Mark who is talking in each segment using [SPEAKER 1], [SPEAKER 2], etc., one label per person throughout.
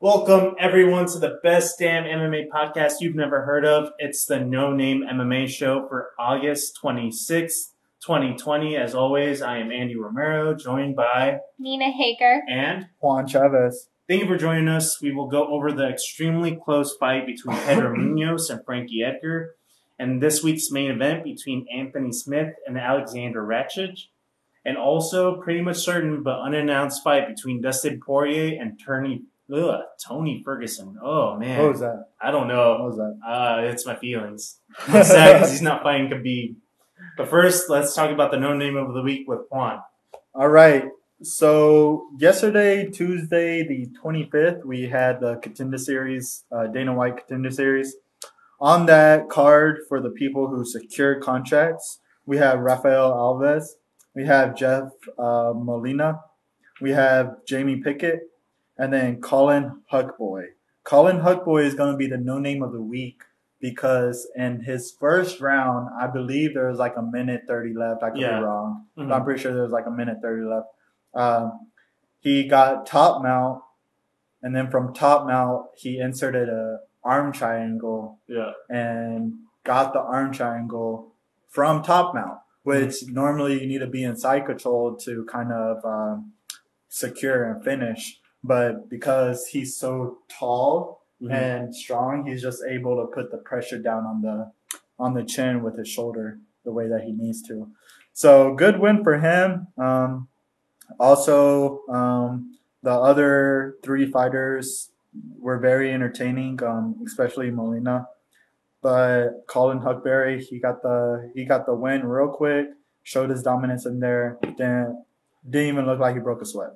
[SPEAKER 1] Welcome everyone to the best damn MMA podcast you've never heard of. It's the No Name MMA show for August 26th, 2020. As always, I am Andy Romero, joined by
[SPEAKER 2] Nina Hager.
[SPEAKER 1] and
[SPEAKER 3] Juan Chavez.
[SPEAKER 1] thank you for joining us. We will go over the extremely close fight between Pedro Munoz and Frankie Edgar, and this week's main event between Anthony Smith and Alexander Ratchage, and also pretty much certain but unannounced fight between Dustin Poirier and Tony ugh, Tony Ferguson. Oh man,
[SPEAKER 3] What was that?
[SPEAKER 1] I don't
[SPEAKER 3] What
[SPEAKER 1] know.
[SPEAKER 3] was that?
[SPEAKER 1] Uh, it's my feelings. I'm sad because he's not fighting Khabib. But first, let's talk about the no name of the week with Juan.
[SPEAKER 3] All right. So yesterday, Tuesday, the 25th, we had the contender series, uh, Dana White contender series. On that card for the people who secured contracts, we have Rafael Alves, we have Jeff uh, Molina, we have Jamie Pickett, and then Colin Huckboy. Colin Huckboy is going to be the no name of the week because in his first round, I believe there was like a minute 30 left. I could
[SPEAKER 1] Yeah.
[SPEAKER 3] be wrong.
[SPEAKER 1] Mhm.
[SPEAKER 3] But I'm pretty sure there was like a minute 30 left. Um, he got top mount, and then from top mount, he inserted a arm triangle
[SPEAKER 1] Yeah.
[SPEAKER 3] and got the arm triangle from top mount, which normally you need to be in side control to kind of um, secure and finish. But because he's so tall
[SPEAKER 1] Mhm.
[SPEAKER 3] and strong, he's just able to put the pressure down on the on the chin with his shoulder the way that he needs to. So good win for him. Um, also, um, the other three fighters were very entertaining, um, especially Molina. But Colin Huckberry, he got the he got the win real quick. Showed his dominance in there. Didn't didn't even look like he broke a sweat.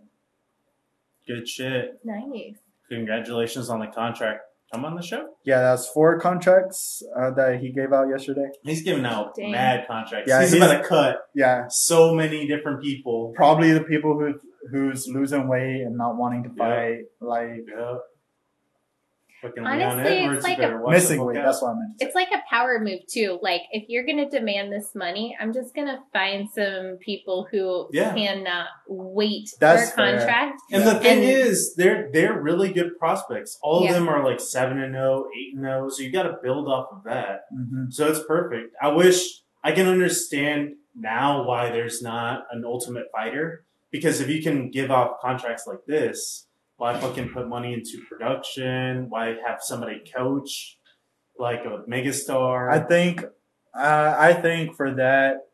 [SPEAKER 1] Good shit.
[SPEAKER 2] Nice.
[SPEAKER 1] Congratulations on the contract. Come on the show.
[SPEAKER 3] Yeah, that's four contracts uh, that he gave out yesterday.
[SPEAKER 1] He's giving out
[SPEAKER 2] Dang.
[SPEAKER 1] mad contracts.
[SPEAKER 3] Yeah,
[SPEAKER 1] he's,
[SPEAKER 3] he's-
[SPEAKER 1] about to cut
[SPEAKER 3] Yeah,
[SPEAKER 1] so many different people.
[SPEAKER 3] probably the people who who's losing weight and not wanting to fight, like
[SPEAKER 1] Yeah. Fucking
[SPEAKER 2] Honestly,
[SPEAKER 1] Leon Edwards,
[SPEAKER 2] it's like
[SPEAKER 1] you better
[SPEAKER 2] a-
[SPEAKER 1] watch the
[SPEAKER 3] missing
[SPEAKER 1] fuck
[SPEAKER 3] weight.
[SPEAKER 1] out.
[SPEAKER 3] That's what I meant.
[SPEAKER 2] It's like a power move too. Like if you're gonna demand this money, I'm just gonna find some people who
[SPEAKER 1] Yeah.
[SPEAKER 2] cannot wait
[SPEAKER 3] That's
[SPEAKER 2] for a
[SPEAKER 3] fair.
[SPEAKER 2] contract.
[SPEAKER 1] And the thing
[SPEAKER 2] And-
[SPEAKER 1] is, they're they're really good prospects. All
[SPEAKER 2] Yeah.
[SPEAKER 1] of them are like seven and 0, 8 and zero. So you got to build off of that.
[SPEAKER 3] Mhm.
[SPEAKER 1] So it's perfect. I wish I can understand now why there's not an ultimate fighter because if you can give off contracts like this, why fucking put money into production? Why have somebody coach like a megastar?
[SPEAKER 3] I think uh, I think for that,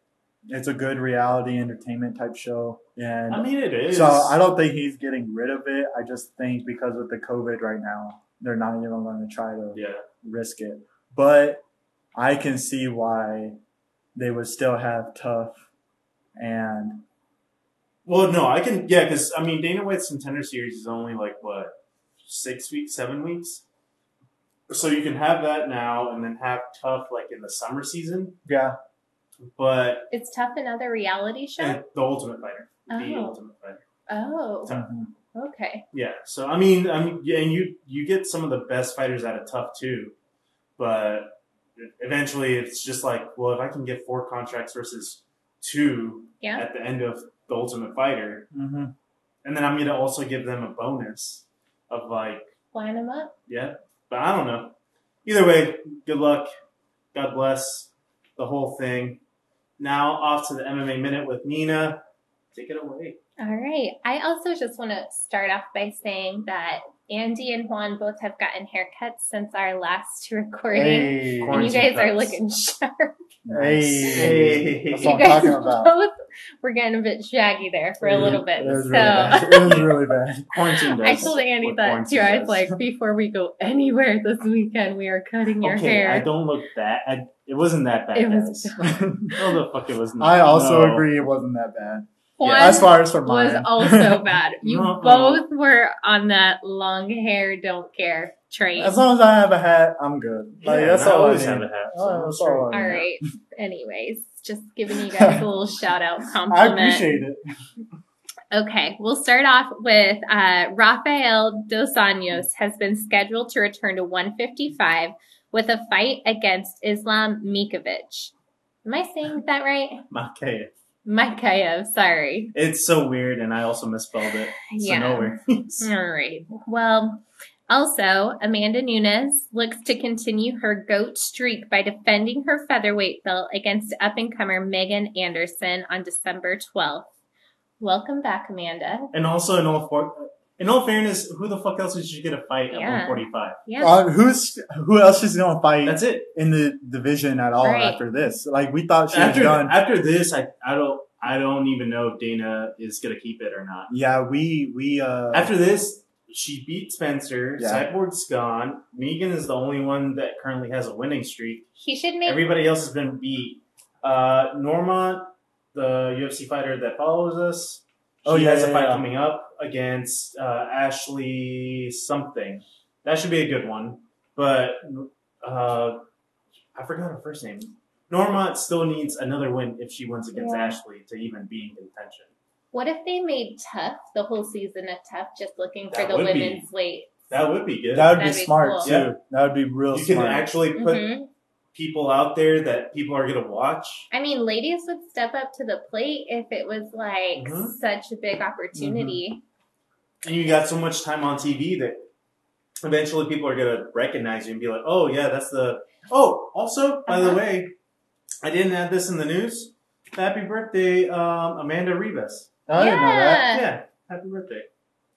[SPEAKER 3] it's a good reality entertainment type show, and
[SPEAKER 1] I mean, it is.
[SPEAKER 3] so I don't think he's getting rid of it. I just think because with the COVID right now, they're not even going to try to
[SPEAKER 1] Yeah,
[SPEAKER 3] risk it. But I can see why they would still have tough and
[SPEAKER 1] Well, no, I can. Yeah, because I mean, Dana White's contender series is only like what six weeks, seven weeks. So you can have that now, and then have tough like in the summer season.
[SPEAKER 3] yeah,
[SPEAKER 1] But
[SPEAKER 2] It's tough another reality show.
[SPEAKER 1] and the Ultimate Fighter, the
[SPEAKER 2] Oh.
[SPEAKER 1] Ultimate Fighter.
[SPEAKER 2] oh,
[SPEAKER 1] Tough.
[SPEAKER 3] Mhm.
[SPEAKER 2] okay.
[SPEAKER 1] Yeah. So I mean, I mean, yeah, and you you get some of the best fighters out of tough too, but eventually it's just like, well, if I can get four contracts versus two
[SPEAKER 2] Yeah.
[SPEAKER 1] at the end of the Ultimate Fighter,
[SPEAKER 3] Mhm.
[SPEAKER 1] and then I'm gonna also give them a bonus of like.
[SPEAKER 2] Line them up.
[SPEAKER 1] Yeah, but I don't know. Either way, good luck. God bless the whole thing. Now off to the MMA minute with Nina. Take it away.
[SPEAKER 2] All right. I also just want to start off by saying that Andy and Juan both have gotten haircuts since our last recording.
[SPEAKER 3] Hey.
[SPEAKER 2] And you guys are
[SPEAKER 1] Quarantine cuts.
[SPEAKER 2] looking sharp.
[SPEAKER 3] Hey.
[SPEAKER 1] Hey.
[SPEAKER 3] That's
[SPEAKER 1] You
[SPEAKER 3] what I'm
[SPEAKER 2] you guys
[SPEAKER 3] talking about.
[SPEAKER 2] both were getting a bit shaggy there for a little bit.
[SPEAKER 3] It was really
[SPEAKER 2] So
[SPEAKER 3] bad. It was really bad.
[SPEAKER 1] Quarantine
[SPEAKER 2] I told Andy
[SPEAKER 1] What
[SPEAKER 2] that
[SPEAKER 1] quarantine
[SPEAKER 2] too. I
[SPEAKER 1] does.
[SPEAKER 2] was like, before we go anywhere this weekend, we are cutting your
[SPEAKER 1] okay, I
[SPEAKER 2] hair.
[SPEAKER 1] don't look that. I, it wasn't that bad,
[SPEAKER 2] It was
[SPEAKER 1] guys. oh, the fuck, it was not.
[SPEAKER 3] I also
[SPEAKER 1] No.
[SPEAKER 3] agree it wasn't that bad.
[SPEAKER 2] Juan
[SPEAKER 1] Yeah.
[SPEAKER 3] As far as for mine.
[SPEAKER 2] was also bad. You
[SPEAKER 1] No.
[SPEAKER 2] both were on that long hair, don't care train.
[SPEAKER 3] as long as I have a hat, I'm good. Like
[SPEAKER 1] Yeah,
[SPEAKER 3] that's
[SPEAKER 1] and I
[SPEAKER 3] all I
[SPEAKER 1] always
[SPEAKER 3] need.
[SPEAKER 1] have a hat. so
[SPEAKER 3] Oh,
[SPEAKER 1] I'm
[SPEAKER 3] that's
[SPEAKER 1] sure.
[SPEAKER 3] all I
[SPEAKER 2] All
[SPEAKER 3] need.
[SPEAKER 2] right. Anyways, just giving you guys a little shout out
[SPEAKER 3] I
[SPEAKER 2] compliment.
[SPEAKER 3] appreciate it.
[SPEAKER 2] Okay, we'll start off with uh, Rafael Dos Anjos has been scheduled to return to 155 with a fight against Islam Mikovic. Am I saying that right?
[SPEAKER 1] Makayev.
[SPEAKER 2] Makayev, sorry.
[SPEAKER 1] It's so weird, and I also misspelled it. So
[SPEAKER 2] Yeah.
[SPEAKER 1] no worries.
[SPEAKER 2] All right. Well, Also, Amanda Nunes looks to continue her GOAT streak by defending her featherweight belt against up and comer Megan Anderson on December 12th. Welcome back, Amanda.
[SPEAKER 1] And also, in all for- in all fairness, who the fuck else would you get a fight at
[SPEAKER 2] Yeah.
[SPEAKER 1] 145?
[SPEAKER 2] Yeah.
[SPEAKER 3] Uh, who's who else is gonna fight
[SPEAKER 1] That's it.
[SPEAKER 3] in the division at all
[SPEAKER 2] Right.
[SPEAKER 3] after this? Like we thought she
[SPEAKER 1] After
[SPEAKER 3] was done.
[SPEAKER 1] after this, I, I don't I don't even know if Dana is gonna keep it or not.
[SPEAKER 3] yeah, we we uh
[SPEAKER 1] After this, she beat Spencer.
[SPEAKER 3] Yeah.
[SPEAKER 1] Cyborg's gone. Megan is the only one that currently has a winning streak.
[SPEAKER 2] He should make
[SPEAKER 1] Everybody else has been beat. Uh, Norma, the UFC fighter that follows us, she
[SPEAKER 3] Oh, yeah,
[SPEAKER 1] has a
[SPEAKER 3] yeah,
[SPEAKER 1] fight
[SPEAKER 3] yeah.
[SPEAKER 1] coming up against uh, Ashley something. That should be a good one. But uh, I forgot her first name. Norma still needs another win if she wins against
[SPEAKER 2] Yeah.
[SPEAKER 1] Ashley to even be in contention.
[SPEAKER 2] What if they made Tough the whole season of Tough just looking for
[SPEAKER 1] That
[SPEAKER 2] the
[SPEAKER 1] would be-
[SPEAKER 2] women's weight?
[SPEAKER 1] That would be good.
[SPEAKER 3] that would
[SPEAKER 2] That'd
[SPEAKER 3] be
[SPEAKER 2] be
[SPEAKER 3] smart
[SPEAKER 2] cool.
[SPEAKER 3] too. That would be real
[SPEAKER 1] you
[SPEAKER 3] smart.
[SPEAKER 1] can actually put
[SPEAKER 2] Mhm.
[SPEAKER 1] people out there that people are gonna watch.
[SPEAKER 2] I mean, ladies would step up to the plate if it was like
[SPEAKER 1] Mhm.
[SPEAKER 2] such a big opportunity.
[SPEAKER 1] And you got so much time on TV that eventually people are gonna recognize you and be like, "Oh yeah, that's the." Oh, also by the
[SPEAKER 2] Uh-huh.
[SPEAKER 1] way, I didn't add this in the news. Happy birthday, um, Amanda Rivas.
[SPEAKER 3] I didn't know that.
[SPEAKER 2] Yeah.
[SPEAKER 1] yeah, happy birthday.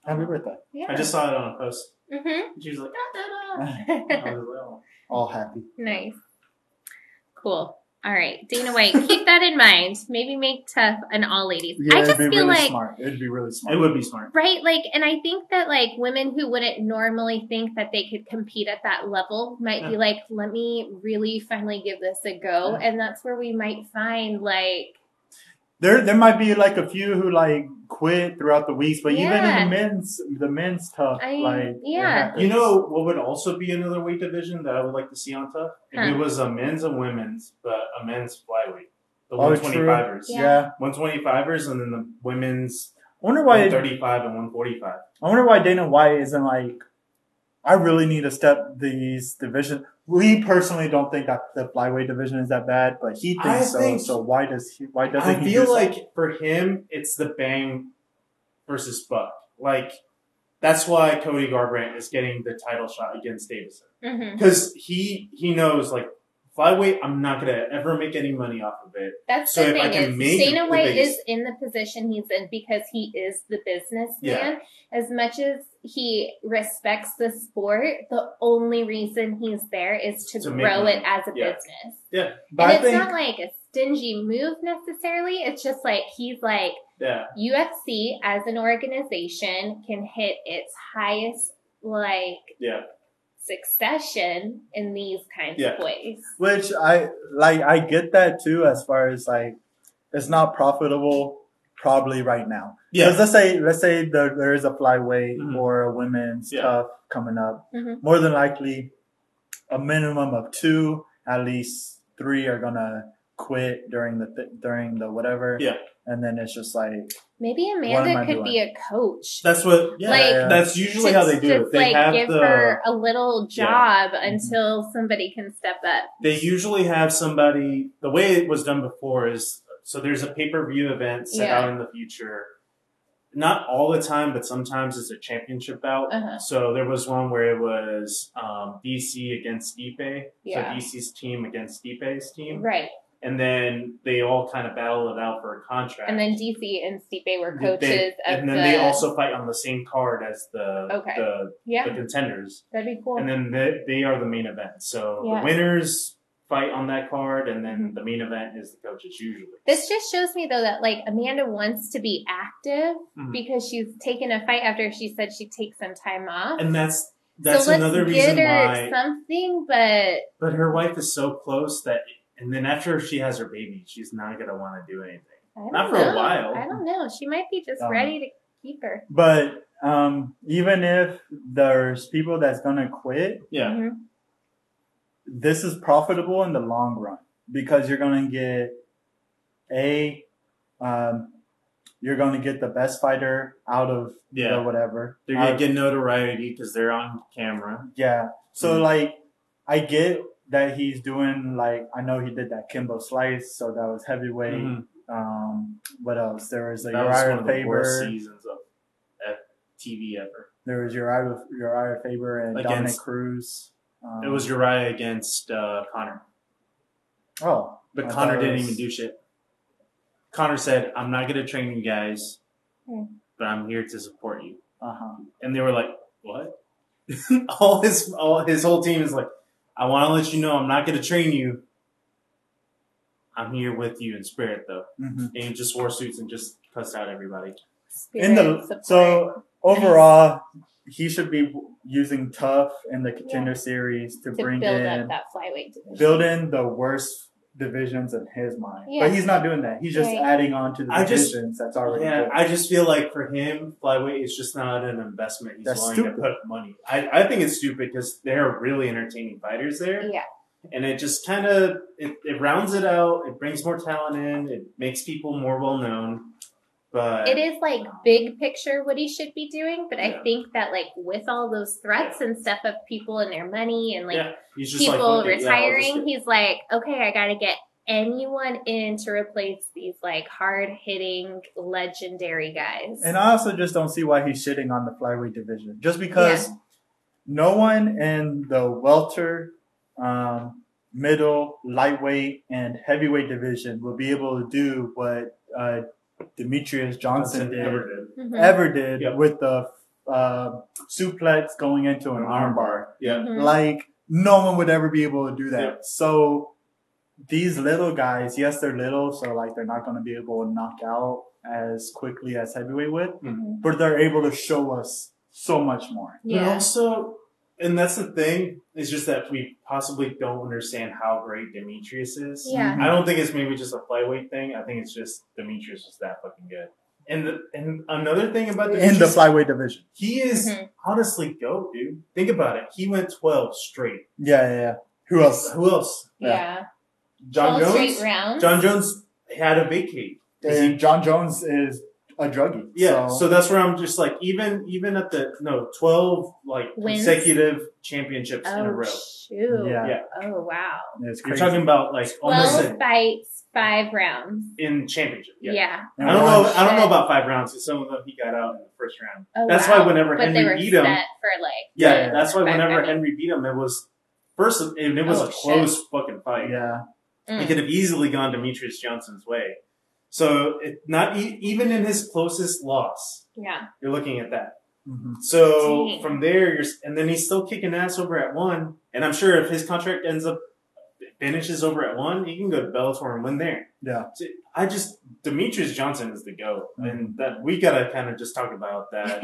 [SPEAKER 3] Happy birthday.
[SPEAKER 2] Yeah.
[SPEAKER 1] I just saw it on a post.
[SPEAKER 2] Mhm.
[SPEAKER 1] She was like,
[SPEAKER 2] Da-da-da.
[SPEAKER 1] "I was like, oh."
[SPEAKER 3] All happy.
[SPEAKER 2] nice. Cool. All right, Dana White, keep that in mind. Maybe make Tough an all ladies.
[SPEAKER 3] Yeah,
[SPEAKER 2] I just
[SPEAKER 3] it'd be
[SPEAKER 2] feel
[SPEAKER 3] really
[SPEAKER 2] like
[SPEAKER 3] smart. It'd be really smart.
[SPEAKER 1] "It would be smart."
[SPEAKER 2] Right, like, and I think that like women who wouldn't normally think that they could compete at that level might be
[SPEAKER 1] Yeah.
[SPEAKER 2] like, let me really finally give this a go,
[SPEAKER 1] Yeah.
[SPEAKER 2] and that's where we might find like,
[SPEAKER 3] There, there might be like a few who like quit throughout the weeks, but even
[SPEAKER 2] Yeah.
[SPEAKER 3] in the men's, the men's tough,
[SPEAKER 2] I-
[SPEAKER 3] like
[SPEAKER 2] yeah.
[SPEAKER 3] it happens.
[SPEAKER 1] You know what would also be another weight division that I would like to see on top? If
[SPEAKER 2] Huh.
[SPEAKER 1] it was a men's and women's, but a men's flyweight, the
[SPEAKER 3] Oh,
[SPEAKER 1] one
[SPEAKER 3] true.
[SPEAKER 1] twenty fivers.
[SPEAKER 2] Yeah.
[SPEAKER 3] yeah.
[SPEAKER 1] 125ers and then the women's
[SPEAKER 3] I wonder why.
[SPEAKER 1] 135 and 145.
[SPEAKER 3] I wonder why Dana White isn't like. I really need to step these division. We personally don't think that the flyweight division is that bad, but he thinks
[SPEAKER 1] I
[SPEAKER 3] so.
[SPEAKER 1] think-
[SPEAKER 3] so why does he? Why doesn't
[SPEAKER 1] I
[SPEAKER 3] he? do
[SPEAKER 1] feel
[SPEAKER 3] so?
[SPEAKER 1] like for him, it's the bang versus buck. Like, that's why Cody Garbrandt is getting the title shot against Davison.
[SPEAKER 2] mhm.
[SPEAKER 1] Because he, he knows, like, flyweight, I'm not going to ever make any money off of it.
[SPEAKER 2] that's
[SPEAKER 1] So
[SPEAKER 2] the
[SPEAKER 1] if I
[SPEAKER 2] thing
[SPEAKER 1] can
[SPEAKER 2] is
[SPEAKER 1] make
[SPEAKER 2] Dana
[SPEAKER 1] the
[SPEAKER 2] White
[SPEAKER 1] biggest-
[SPEAKER 2] is in the position he's in because he is the businessman.
[SPEAKER 1] Yeah.
[SPEAKER 2] As much as he respects the sport, the only reason he's there is to,
[SPEAKER 1] To make
[SPEAKER 2] grow
[SPEAKER 1] money.
[SPEAKER 2] it as a
[SPEAKER 1] Yeah.
[SPEAKER 2] business.
[SPEAKER 3] but
[SPEAKER 2] and
[SPEAKER 3] I
[SPEAKER 2] it's
[SPEAKER 3] think
[SPEAKER 2] not like a stingy move necessarily. It's just like he's like
[SPEAKER 1] Yeah.
[SPEAKER 2] UFC as an organization can hit its highest like
[SPEAKER 1] Yeah.
[SPEAKER 2] succession in these kinds
[SPEAKER 1] Yeah.
[SPEAKER 2] of ways.
[SPEAKER 3] which I like. I get that too, as far as like, it's not profitable probably right now. Because let's say let's say the, there is a flyweight
[SPEAKER 1] Mhm.
[SPEAKER 3] or a women's
[SPEAKER 1] Yeah.
[SPEAKER 3] tough coming up.
[SPEAKER 2] Mhm.
[SPEAKER 3] More than likely, a minimum of two, at least three are gonna quit during the th- during the whatever.
[SPEAKER 1] Yeah.
[SPEAKER 3] and then it's just like
[SPEAKER 2] Maybe
[SPEAKER 3] am
[SPEAKER 2] Amanda
[SPEAKER 3] I
[SPEAKER 2] could be a coach.
[SPEAKER 1] That's what, yeah.
[SPEAKER 2] Like,
[SPEAKER 3] yeah.
[SPEAKER 1] that's usually how they do
[SPEAKER 2] just
[SPEAKER 1] it. They
[SPEAKER 2] like
[SPEAKER 1] have
[SPEAKER 2] give
[SPEAKER 1] the.
[SPEAKER 2] her a little
[SPEAKER 1] Yeah. Mm-hmm.
[SPEAKER 2] job until somebody can step up.
[SPEAKER 1] they usually have somebody the way it was done before is so there's a pay-per-view event set
[SPEAKER 2] Yeah.
[SPEAKER 1] out in the future not all the time but sometimes it's a championship bout
[SPEAKER 2] Uh-huh.
[SPEAKER 1] so there was one where it was um, dc against Stipe.
[SPEAKER 2] Yeah.
[SPEAKER 1] so dc's team against Stipe's team
[SPEAKER 2] Right.
[SPEAKER 1] and then they all kind of battle it out for a contract
[SPEAKER 2] And then DC and Stipe were
[SPEAKER 1] They-
[SPEAKER 2] coaches of
[SPEAKER 1] and then
[SPEAKER 2] the
[SPEAKER 1] they also fight on the same card as the
[SPEAKER 2] Okay.
[SPEAKER 1] the, the
[SPEAKER 2] Yeah,
[SPEAKER 1] contenders
[SPEAKER 2] that'd be cool.
[SPEAKER 1] and then they, they are the main event. So
[SPEAKER 2] Yeah.
[SPEAKER 1] the winners fight on that card, and then the main event is the coaches usually.
[SPEAKER 2] Mm-hmm. This just shows me though that like Amanda wants to be active
[SPEAKER 1] Mhm.
[SPEAKER 2] because she's taken a fight after she said she'd take some time off.
[SPEAKER 1] and that's that's
[SPEAKER 2] so let's
[SPEAKER 1] another
[SPEAKER 2] get
[SPEAKER 1] reason
[SPEAKER 2] her
[SPEAKER 1] why.
[SPEAKER 2] something, but
[SPEAKER 1] But her wife is so close that, and then after she has her baby, she's not gonna want to do anything.
[SPEAKER 2] I don't
[SPEAKER 1] Not for a
[SPEAKER 2] know.
[SPEAKER 1] while. Uh-huh.
[SPEAKER 2] I don't know. She might be just
[SPEAKER 3] Um,
[SPEAKER 2] ready to keep her.
[SPEAKER 3] but. Um, even if there's people that's gonna quit,
[SPEAKER 1] Yeah,
[SPEAKER 2] Mhm.
[SPEAKER 3] this is profitable in the long run because you're gonna get a, um, you're gonna get the best fighter out of
[SPEAKER 1] Yeah.
[SPEAKER 3] the whatever.
[SPEAKER 1] they're
[SPEAKER 3] out
[SPEAKER 1] gonna
[SPEAKER 3] of-
[SPEAKER 1] get notoriety because they're on camera.
[SPEAKER 3] Yeah. So
[SPEAKER 1] Mhm.
[SPEAKER 3] like I get that he's doing like I know he did that Kimbo Slice, so that was heavyweight.
[SPEAKER 1] Mhm.
[SPEAKER 3] Um what else? There was a
[SPEAKER 1] That was one
[SPEAKER 3] Mm-hmm. Uriah
[SPEAKER 1] of the worst
[SPEAKER 3] Faber.
[SPEAKER 1] seasons of F- TV ever.
[SPEAKER 3] There was Uriah, Uriah Faber and
[SPEAKER 1] Against-
[SPEAKER 3] Dominic Cruz. Um,
[SPEAKER 1] It was Uriah against uh, Connor,
[SPEAKER 3] oh,
[SPEAKER 1] but
[SPEAKER 3] I
[SPEAKER 1] Connor
[SPEAKER 3] thought it
[SPEAKER 1] didn't
[SPEAKER 3] was-
[SPEAKER 1] even do shit. Connor said, "I'm not going to train you guys,
[SPEAKER 2] Hmm.
[SPEAKER 1] but I'm here to support you."
[SPEAKER 3] Uh huh.
[SPEAKER 1] And they were like, "What?" all his all his whole team is like, "I want to let you know I'm not going to train you. I'm here with you in spirit, though."
[SPEAKER 3] hmm
[SPEAKER 1] And he just wore suits and just cussed out everybody.
[SPEAKER 2] Mm-hmm. Spirit
[SPEAKER 3] In the
[SPEAKER 2] support.
[SPEAKER 3] so overall, he should be using tough in the contender series to,
[SPEAKER 2] to
[SPEAKER 3] bring
[SPEAKER 2] build
[SPEAKER 3] in
[SPEAKER 2] up that flyweight division.
[SPEAKER 3] build in the worst divisions in his mind.
[SPEAKER 2] Yeah.
[SPEAKER 3] But he's not doing that. He's just
[SPEAKER 2] Right.
[SPEAKER 3] adding on to the
[SPEAKER 1] I just-
[SPEAKER 3] divisions that's already
[SPEAKER 1] Yeah,
[SPEAKER 3] there.
[SPEAKER 1] I just feel like for him, flyweight is just not an investment he's
[SPEAKER 3] That's
[SPEAKER 1] willing to
[SPEAKER 3] stupid.
[SPEAKER 1] put money. I, I think it's stupid because they're really entertaining fighters there,
[SPEAKER 2] yeah,
[SPEAKER 1] and it just kind of it, it rounds it out. It brings more talent in. It makes people more well known. But
[SPEAKER 2] it is like big picture what he should be doing, but I
[SPEAKER 1] Yeah.
[SPEAKER 2] think that like with all those threats and stuff of people and their money and like
[SPEAKER 1] yeah, he's just like,
[SPEAKER 2] people
[SPEAKER 1] look at- yeah, I'll just
[SPEAKER 2] retiring,
[SPEAKER 1] get-
[SPEAKER 2] he's like, okay, I got to get anyone in to replace these like hard hitting legendary guys.
[SPEAKER 3] And I also just don't see why he's shitting on the flyweight division. Just because no one in the welter, um, middle, lightweight, and heavyweight division will be able to do what uh, Demetrius Johnson
[SPEAKER 1] Johnson
[SPEAKER 3] did
[SPEAKER 1] never
[SPEAKER 3] ever,
[SPEAKER 1] did.
[SPEAKER 2] Mhm.
[SPEAKER 3] did
[SPEAKER 1] Yep.
[SPEAKER 3] with the uh, suplex going into an armbar.
[SPEAKER 1] Yeah,
[SPEAKER 2] Mhm.
[SPEAKER 3] Like no one would ever be able to do that.
[SPEAKER 1] Yep.
[SPEAKER 3] So these little guys, yes, they're little, so like they're not going to be able to knock out as quickly as heavyweight would
[SPEAKER 1] Mm-hmm.
[SPEAKER 2] Mhm.
[SPEAKER 3] but they're able to show us so much more.
[SPEAKER 1] But
[SPEAKER 2] Yeah.
[SPEAKER 1] also, and that's the thing, is just that we possibly don't understand how great Demetrius is.
[SPEAKER 2] Yeah.
[SPEAKER 1] I don't think it's maybe just a flyweight thing. I think it's just Demetrius was that fucking good. And the, and another thing about
[SPEAKER 3] In
[SPEAKER 1] Demetrius,
[SPEAKER 3] the flyweight division.
[SPEAKER 1] he is
[SPEAKER 2] Mhm.
[SPEAKER 1] honestly go, dude. Think about it. He went twelve straight.
[SPEAKER 3] Yeah, yeah, yeah. Who else?
[SPEAKER 1] Who else?
[SPEAKER 2] Yeah.
[SPEAKER 1] John
[SPEAKER 2] Twelve
[SPEAKER 1] Jones.
[SPEAKER 2] straight rounds.
[SPEAKER 1] John Jones had a vacate.
[SPEAKER 3] And John Jones is a druggie.
[SPEAKER 1] Yeah, so, that's where I'm just like even even at the no twelve like
[SPEAKER 2] Wins?
[SPEAKER 1] consecutive championships in a
[SPEAKER 2] oh,
[SPEAKER 1] row.
[SPEAKER 2] shoot.
[SPEAKER 3] Yeah.
[SPEAKER 1] Yeah.
[SPEAKER 2] Oh, wow.
[SPEAKER 3] it's
[SPEAKER 1] You're
[SPEAKER 3] crazy.
[SPEAKER 1] talking about like almost
[SPEAKER 2] 12
[SPEAKER 1] a,
[SPEAKER 2] fights, five rounds.
[SPEAKER 1] in championship.
[SPEAKER 2] Yeah.
[SPEAKER 1] Yeah. I don't know. I don't know about five rounds. 'cause Some of them he got out in the first round.
[SPEAKER 2] Oh,
[SPEAKER 1] That's
[SPEAKER 2] wow.
[SPEAKER 1] why whenever
[SPEAKER 2] but they were
[SPEAKER 1] Henry beat him,
[SPEAKER 2] set for like
[SPEAKER 1] Yeah,
[SPEAKER 3] Yeah.
[SPEAKER 1] that's why
[SPEAKER 2] Five
[SPEAKER 1] whenever
[SPEAKER 2] rounds.
[SPEAKER 1] Henry beat him, it was first, and it was
[SPEAKER 2] Oh,
[SPEAKER 1] a
[SPEAKER 2] shit.
[SPEAKER 1] close fucking fight.
[SPEAKER 3] Yeah,
[SPEAKER 2] mm.
[SPEAKER 1] It could have easily gone Demetrius Johnson's way. So, it, not e- even in his closest loss,
[SPEAKER 2] yeah.
[SPEAKER 1] you're looking at that.
[SPEAKER 3] hmm
[SPEAKER 1] So
[SPEAKER 2] Dang.
[SPEAKER 1] from there, you're, s- and then he's still kicking ass over at one. And I'm sure if his contract ends up finishes over at one, he can go to Bellator and win there.
[SPEAKER 3] yeah.
[SPEAKER 1] So I just Demetrius Johnson is the go,
[SPEAKER 3] Mhm.
[SPEAKER 1] and that we gotta kind of just talk about that.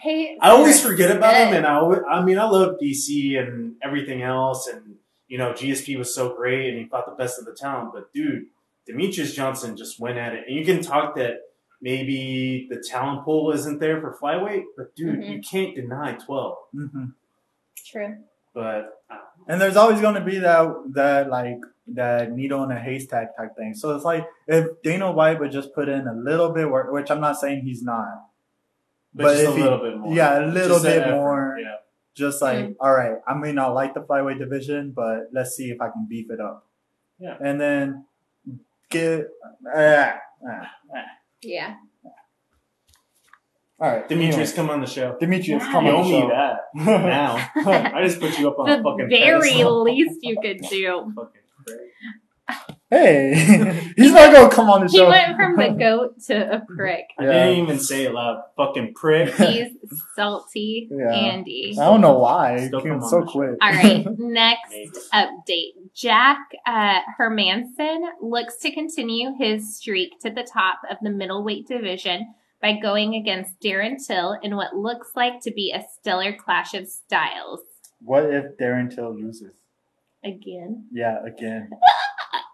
[SPEAKER 2] Hey,
[SPEAKER 1] Uh, I always
[SPEAKER 2] Sarah.
[SPEAKER 1] forget about him,
[SPEAKER 2] good.
[SPEAKER 1] and I, always, I mean, I love DC and everything else, and you know, GSP was so great, and he fought the best of the talent. But dude, Demetrius Johnson just went at it, and you can talk that maybe the talent pool isn't there for flyweight, but dude,
[SPEAKER 2] Mhm.
[SPEAKER 1] you can't deny twelve.
[SPEAKER 3] hmm
[SPEAKER 2] True.
[SPEAKER 1] But uh,
[SPEAKER 3] And there's always going to be that that like that needle in a haystack type thing. So it's like if Dana White would just put in a little bit work, which I'm not saying he's not,
[SPEAKER 1] but,
[SPEAKER 3] But
[SPEAKER 1] just a
[SPEAKER 3] if he-
[SPEAKER 1] little bit more,
[SPEAKER 3] yeah, a little
[SPEAKER 1] Just uh, that
[SPEAKER 3] bit
[SPEAKER 1] effort,
[SPEAKER 3] more.
[SPEAKER 1] yeah.
[SPEAKER 3] just like
[SPEAKER 2] Mm.
[SPEAKER 3] all right i may not like the flyweight division but let's see if i can beef it up
[SPEAKER 1] Yeah.
[SPEAKER 3] and then get ah, ah.
[SPEAKER 2] Yeah.
[SPEAKER 3] all right
[SPEAKER 1] Demetrius,
[SPEAKER 3] anyway.
[SPEAKER 1] come on the show.
[SPEAKER 3] demetrius
[SPEAKER 2] Nice.
[SPEAKER 3] come
[SPEAKER 1] You owe
[SPEAKER 3] on
[SPEAKER 1] me
[SPEAKER 3] the
[SPEAKER 1] that
[SPEAKER 3] show.
[SPEAKER 1] now. I just put you up on a
[SPEAKER 2] the
[SPEAKER 1] Oh, fucking
[SPEAKER 2] very
[SPEAKER 1] pedestal.
[SPEAKER 2] least you could do.
[SPEAKER 1] Fucking great.
[SPEAKER 3] hey he's not gonna come on the
[SPEAKER 2] He
[SPEAKER 3] show
[SPEAKER 2] went from the goat to a prick.
[SPEAKER 1] I
[SPEAKER 3] Yeah.
[SPEAKER 1] didn't even say it loud. Fucking prick.
[SPEAKER 2] He's salty
[SPEAKER 3] Yeah.
[SPEAKER 2] Andy.
[SPEAKER 3] i don't know why it
[SPEAKER 1] Still
[SPEAKER 3] came
[SPEAKER 1] come on
[SPEAKER 3] so
[SPEAKER 1] the show.
[SPEAKER 3] quick
[SPEAKER 2] All right, next
[SPEAKER 1] Maybe.
[SPEAKER 2] update. Jack uh, Hermanson looks to continue his streak to the top of the middleweight division by going against Darren Till in what looks like to be a stellar clash of styles.
[SPEAKER 3] what if darren till loses
[SPEAKER 2] Again,
[SPEAKER 3] yeah again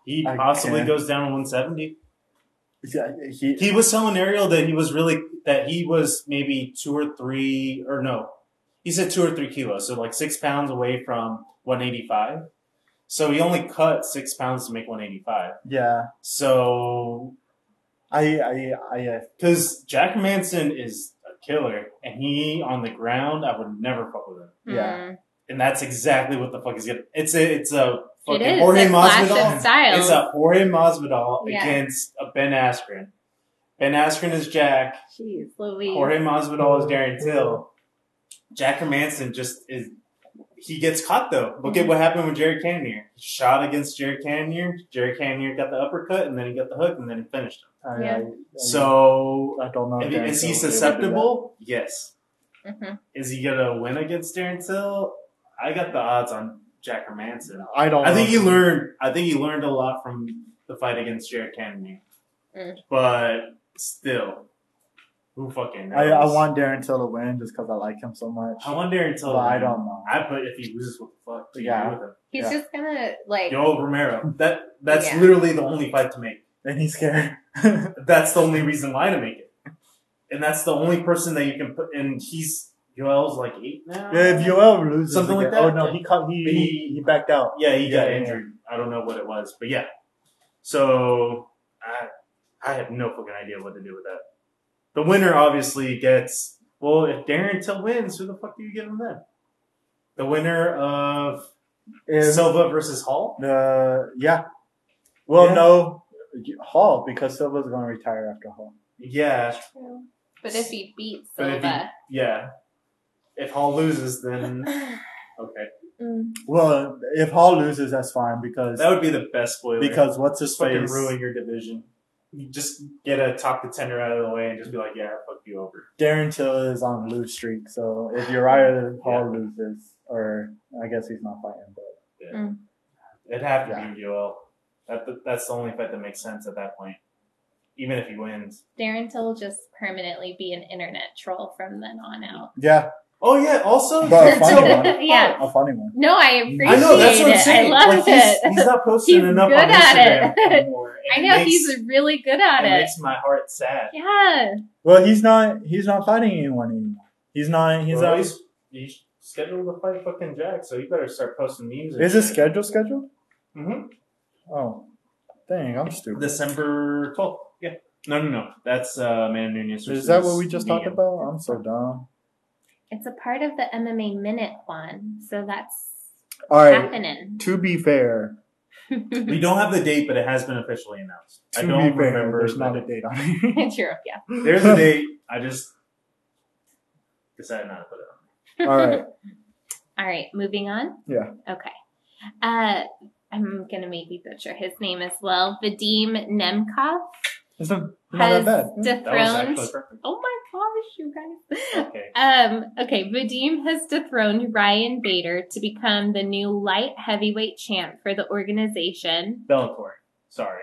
[SPEAKER 1] He
[SPEAKER 3] I
[SPEAKER 1] possibly
[SPEAKER 3] can't.
[SPEAKER 1] goes down to 170.
[SPEAKER 3] Yeah, he,
[SPEAKER 1] He was telling Ariel that he was really that he was maybe two or three or no, he said two or three kilos, so like six pounds away from 185. So he only cut six pounds to make 185.
[SPEAKER 3] yeah
[SPEAKER 1] So
[SPEAKER 3] i i i uh,
[SPEAKER 1] because Jack Manson is a killer, and he on the ground, I would never fuck with him.
[SPEAKER 2] Hmm.
[SPEAKER 3] Yeah.
[SPEAKER 1] And that's exactly what the fuck is gonna. It's a it's a
[SPEAKER 2] Hmm. it
[SPEAKER 1] fucking
[SPEAKER 2] is
[SPEAKER 1] Jorge
[SPEAKER 2] a clash
[SPEAKER 1] Masvidal.
[SPEAKER 2] of styles.
[SPEAKER 1] It's a Jorge Masvidal
[SPEAKER 2] Yeah.
[SPEAKER 1] against a Ben Askren. Ben Askren is Jack.
[SPEAKER 2] Jeez, Louise.
[SPEAKER 1] Jorge Masvidal is Darren Till. Jack Manson just is. He gets caught though. Look at what happened with Jerry Cannonier. He shot against Jerry Cannonier. Jerry Cannonier got the uppercut, and then he got the hook, and then he finished him.
[SPEAKER 3] I,
[SPEAKER 2] Yeah.
[SPEAKER 3] I- I-
[SPEAKER 1] So,
[SPEAKER 3] I don't know. if
[SPEAKER 1] is he
[SPEAKER 3] Oh, Darren Till would be able to do
[SPEAKER 1] susceptible? Yes.
[SPEAKER 2] Mhm.
[SPEAKER 1] Is he gonna win against Darren Till? I got the odds on Jack Manson.
[SPEAKER 3] that. I don't.
[SPEAKER 1] I think
[SPEAKER 3] know.
[SPEAKER 1] he learned. I think he learned a lot from the fight against Jared Cannonier.
[SPEAKER 2] Mm.
[SPEAKER 1] But still, who fucking knows?
[SPEAKER 3] I, I want Darren Till to win just because I like him so much.
[SPEAKER 1] I wonder until
[SPEAKER 3] but I don't know.
[SPEAKER 1] I put if he loses, what the fuck? do you
[SPEAKER 3] Yeah.
[SPEAKER 1] do with him?
[SPEAKER 2] He's
[SPEAKER 3] Yeah.
[SPEAKER 2] just gonna like
[SPEAKER 1] Yoel Romero. That that's
[SPEAKER 2] Yeah.
[SPEAKER 1] literally the only fight to make.
[SPEAKER 3] And he's scared.
[SPEAKER 1] That's the only reason why to make it. And that's the only person that you can put. And he's Yoel's like eight now.
[SPEAKER 3] Yeah, if Yoel loses
[SPEAKER 1] Something like that?
[SPEAKER 3] again- Oh no, he caught, he,
[SPEAKER 1] He-
[SPEAKER 3] he he backed out.
[SPEAKER 1] Yeah, he got
[SPEAKER 3] Yeah, yeah,
[SPEAKER 1] injured. I don't know what it was, but yeah. So I, I have no fucking idea what to do with that. The winner obviously gets. Well, if Darren Till wins, who the fuck do you give him then? The winner of
[SPEAKER 3] If
[SPEAKER 1] Silva versus Hall.
[SPEAKER 3] the yeah. Well,
[SPEAKER 1] Yeah.
[SPEAKER 3] no, Hall because Silva's going to retire after Hall.
[SPEAKER 1] Yeah,
[SPEAKER 2] But if he beats
[SPEAKER 1] But if he-
[SPEAKER 2] Silva,
[SPEAKER 1] yeah. If Hall loses, then okay,
[SPEAKER 2] Mm.
[SPEAKER 3] Well, if Hall loses, that's fine because
[SPEAKER 1] that would be the best spoiler.
[SPEAKER 3] because what's his
[SPEAKER 1] just fucking
[SPEAKER 3] face?
[SPEAKER 1] ruin your division. You just get a top contender out of the way and just be like, yeah, fuck you over.
[SPEAKER 3] Darren Till is on a lose streak, so if Uriah Hall loses, or I guess he's not fighting, but
[SPEAKER 1] It'd have to
[SPEAKER 3] Yeah.
[SPEAKER 1] be Yoel. That, that's the only fight that makes sense at that point. Even if he wins.
[SPEAKER 2] Darren Till will just permanently be an internet troll from then on out.
[SPEAKER 3] yeah,
[SPEAKER 1] Oh yeah. Also,
[SPEAKER 3] But
[SPEAKER 1] Jim
[SPEAKER 3] a funny
[SPEAKER 1] Till-
[SPEAKER 3] one.
[SPEAKER 2] Yeah.
[SPEAKER 3] a funny one.
[SPEAKER 2] No, I appreciate
[SPEAKER 1] I know that's what I'm
[SPEAKER 2] it.
[SPEAKER 1] saying.
[SPEAKER 2] I love
[SPEAKER 1] like,
[SPEAKER 2] it.
[SPEAKER 1] He's, he's not posting
[SPEAKER 2] He's
[SPEAKER 1] enough
[SPEAKER 2] good
[SPEAKER 1] on
[SPEAKER 2] at
[SPEAKER 1] Instagram
[SPEAKER 2] it.
[SPEAKER 1] anymore.
[SPEAKER 2] I
[SPEAKER 1] and
[SPEAKER 2] know
[SPEAKER 1] it makes,
[SPEAKER 2] he's really good at
[SPEAKER 1] it
[SPEAKER 2] it.
[SPEAKER 1] makes my heart sad.
[SPEAKER 2] yeah.
[SPEAKER 3] Well, he's not he's not fighting anyone anymore. He's not he's
[SPEAKER 1] Well,
[SPEAKER 3] not.
[SPEAKER 1] he's he's scheduled to fight fucking Jack, so you better start posting memes.
[SPEAKER 3] Is his schedule scheduled?
[SPEAKER 1] hmm
[SPEAKER 3] Oh, dang, I'm stupid.
[SPEAKER 1] December twelfth. Yeah. No, no, no. That's uh, Man Nunez.
[SPEAKER 3] Is that what
[SPEAKER 1] versus
[SPEAKER 3] we just talked
[SPEAKER 1] Negan.
[SPEAKER 3] about? I'm so dumb.
[SPEAKER 2] It's a part of the MMA minute one, so that's
[SPEAKER 3] All right.
[SPEAKER 2] happening.
[SPEAKER 3] To be fair,
[SPEAKER 1] We don't have the date, but it has been officially announced.
[SPEAKER 3] to
[SPEAKER 1] I don't
[SPEAKER 3] be fair,
[SPEAKER 1] remember.
[SPEAKER 3] there's
[SPEAKER 1] the
[SPEAKER 3] not a
[SPEAKER 1] date.
[SPEAKER 3] date on it.
[SPEAKER 2] True, yeah.
[SPEAKER 1] There's a date. I just decided not to put it on.
[SPEAKER 3] All right.
[SPEAKER 2] All right, moving on.
[SPEAKER 3] Yeah.
[SPEAKER 2] Okay. Uh, I'm gonna maybe butcher his name as well. Vadim Nemkov
[SPEAKER 3] It's not, not that
[SPEAKER 2] has
[SPEAKER 3] bad.
[SPEAKER 1] That was
[SPEAKER 2] dethroned.
[SPEAKER 1] actually perfect.
[SPEAKER 2] Oh my gosh, you guys.
[SPEAKER 1] Okay.
[SPEAKER 2] Um, okay, Vadim has dethroned Ryan Bader to become the new light heavyweight champ for the organization.
[SPEAKER 1] Bellator. Sorry.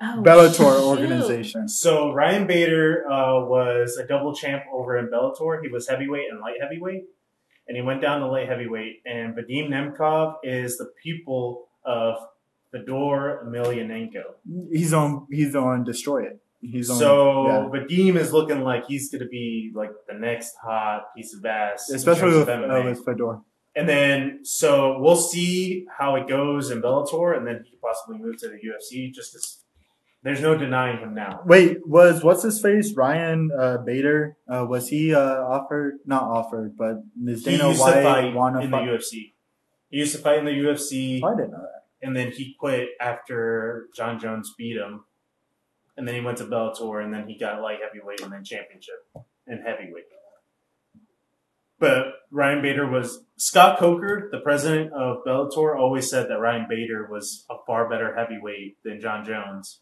[SPEAKER 2] Oh,
[SPEAKER 3] Bellator
[SPEAKER 2] shoot.
[SPEAKER 3] organization.
[SPEAKER 1] So Ryan Bader uh, was a double champ over in Bellator. He was heavyweight and light heavyweight, and he went down to light heavyweight. And Vadim Nemkov is the pupil of Fedor Emelianenko.
[SPEAKER 3] He's on. He's on. Destroy it. He's on.
[SPEAKER 1] So
[SPEAKER 3] yeah.
[SPEAKER 1] Vadim is looking like he's going to be like the next hot piece of ass, in
[SPEAKER 3] especially
[SPEAKER 1] terms
[SPEAKER 3] with,
[SPEAKER 1] of
[SPEAKER 3] uh,
[SPEAKER 1] MMA.
[SPEAKER 3] with Fedor.
[SPEAKER 1] And then, so we'll see how it goes in Bellator, and then he could possibly move to the UFC. Just because there's no denying him now.
[SPEAKER 3] Wait, was what's his face? Ryan uh, Bader. Uh, was he uh, offered? Not offered, but is
[SPEAKER 1] He
[SPEAKER 3] Dana
[SPEAKER 1] used to
[SPEAKER 3] White
[SPEAKER 1] fight
[SPEAKER 3] want to
[SPEAKER 1] in the E.
[SPEAKER 3] fight?
[SPEAKER 1] UFC. He used to fight in the UFC,
[SPEAKER 3] I didn't know that.
[SPEAKER 1] and then he quit after John Jones beat him. And then he went to Bellator, and then he got light heavyweight, and then championship and heavyweight. But Ryan Bader was Scott Coker, the president of Bellator, always said that Ryan Bader was a far better heavyweight than John Jones,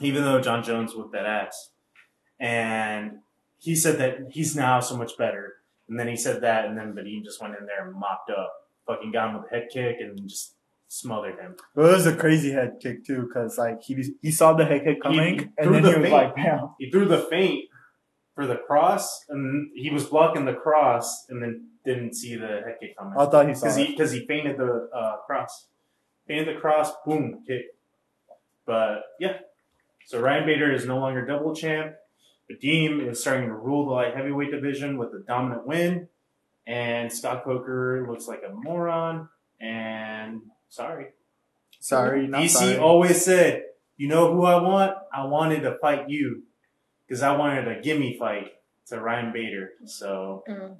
[SPEAKER 1] even though John Jones whipped that ass. And he said that he's now so much better. And then he said that, and then Vadim just went in there and mopped up, fucking got him with a head kick and just smothered him.
[SPEAKER 3] Well, it was a crazy head kick too, because like he he saw the head kick coming,
[SPEAKER 1] threw
[SPEAKER 3] and then
[SPEAKER 1] the
[SPEAKER 3] he was
[SPEAKER 1] feint.
[SPEAKER 3] like, "Damn!"
[SPEAKER 1] He threw the feint for the cross, and he was blocking the cross, and then didn't see the head kick coming.
[SPEAKER 3] Oh, I thought he saw.
[SPEAKER 1] because
[SPEAKER 3] It.
[SPEAKER 1] he because he fainted the uh, cross, fainted the cross, boom, kick. But yeah, so Ryan Bader is no longer double champ. Vadim is starting to rule the light heavyweight division with a dominant win, and Scott Coker looks like a moron. And sorry,
[SPEAKER 3] Sorry, not
[SPEAKER 1] DC
[SPEAKER 3] sorry.
[SPEAKER 1] always said, "You know who I want? I wanted to fight you, because I wanted a gimme fight to Ryan Bader." So
[SPEAKER 2] Mm.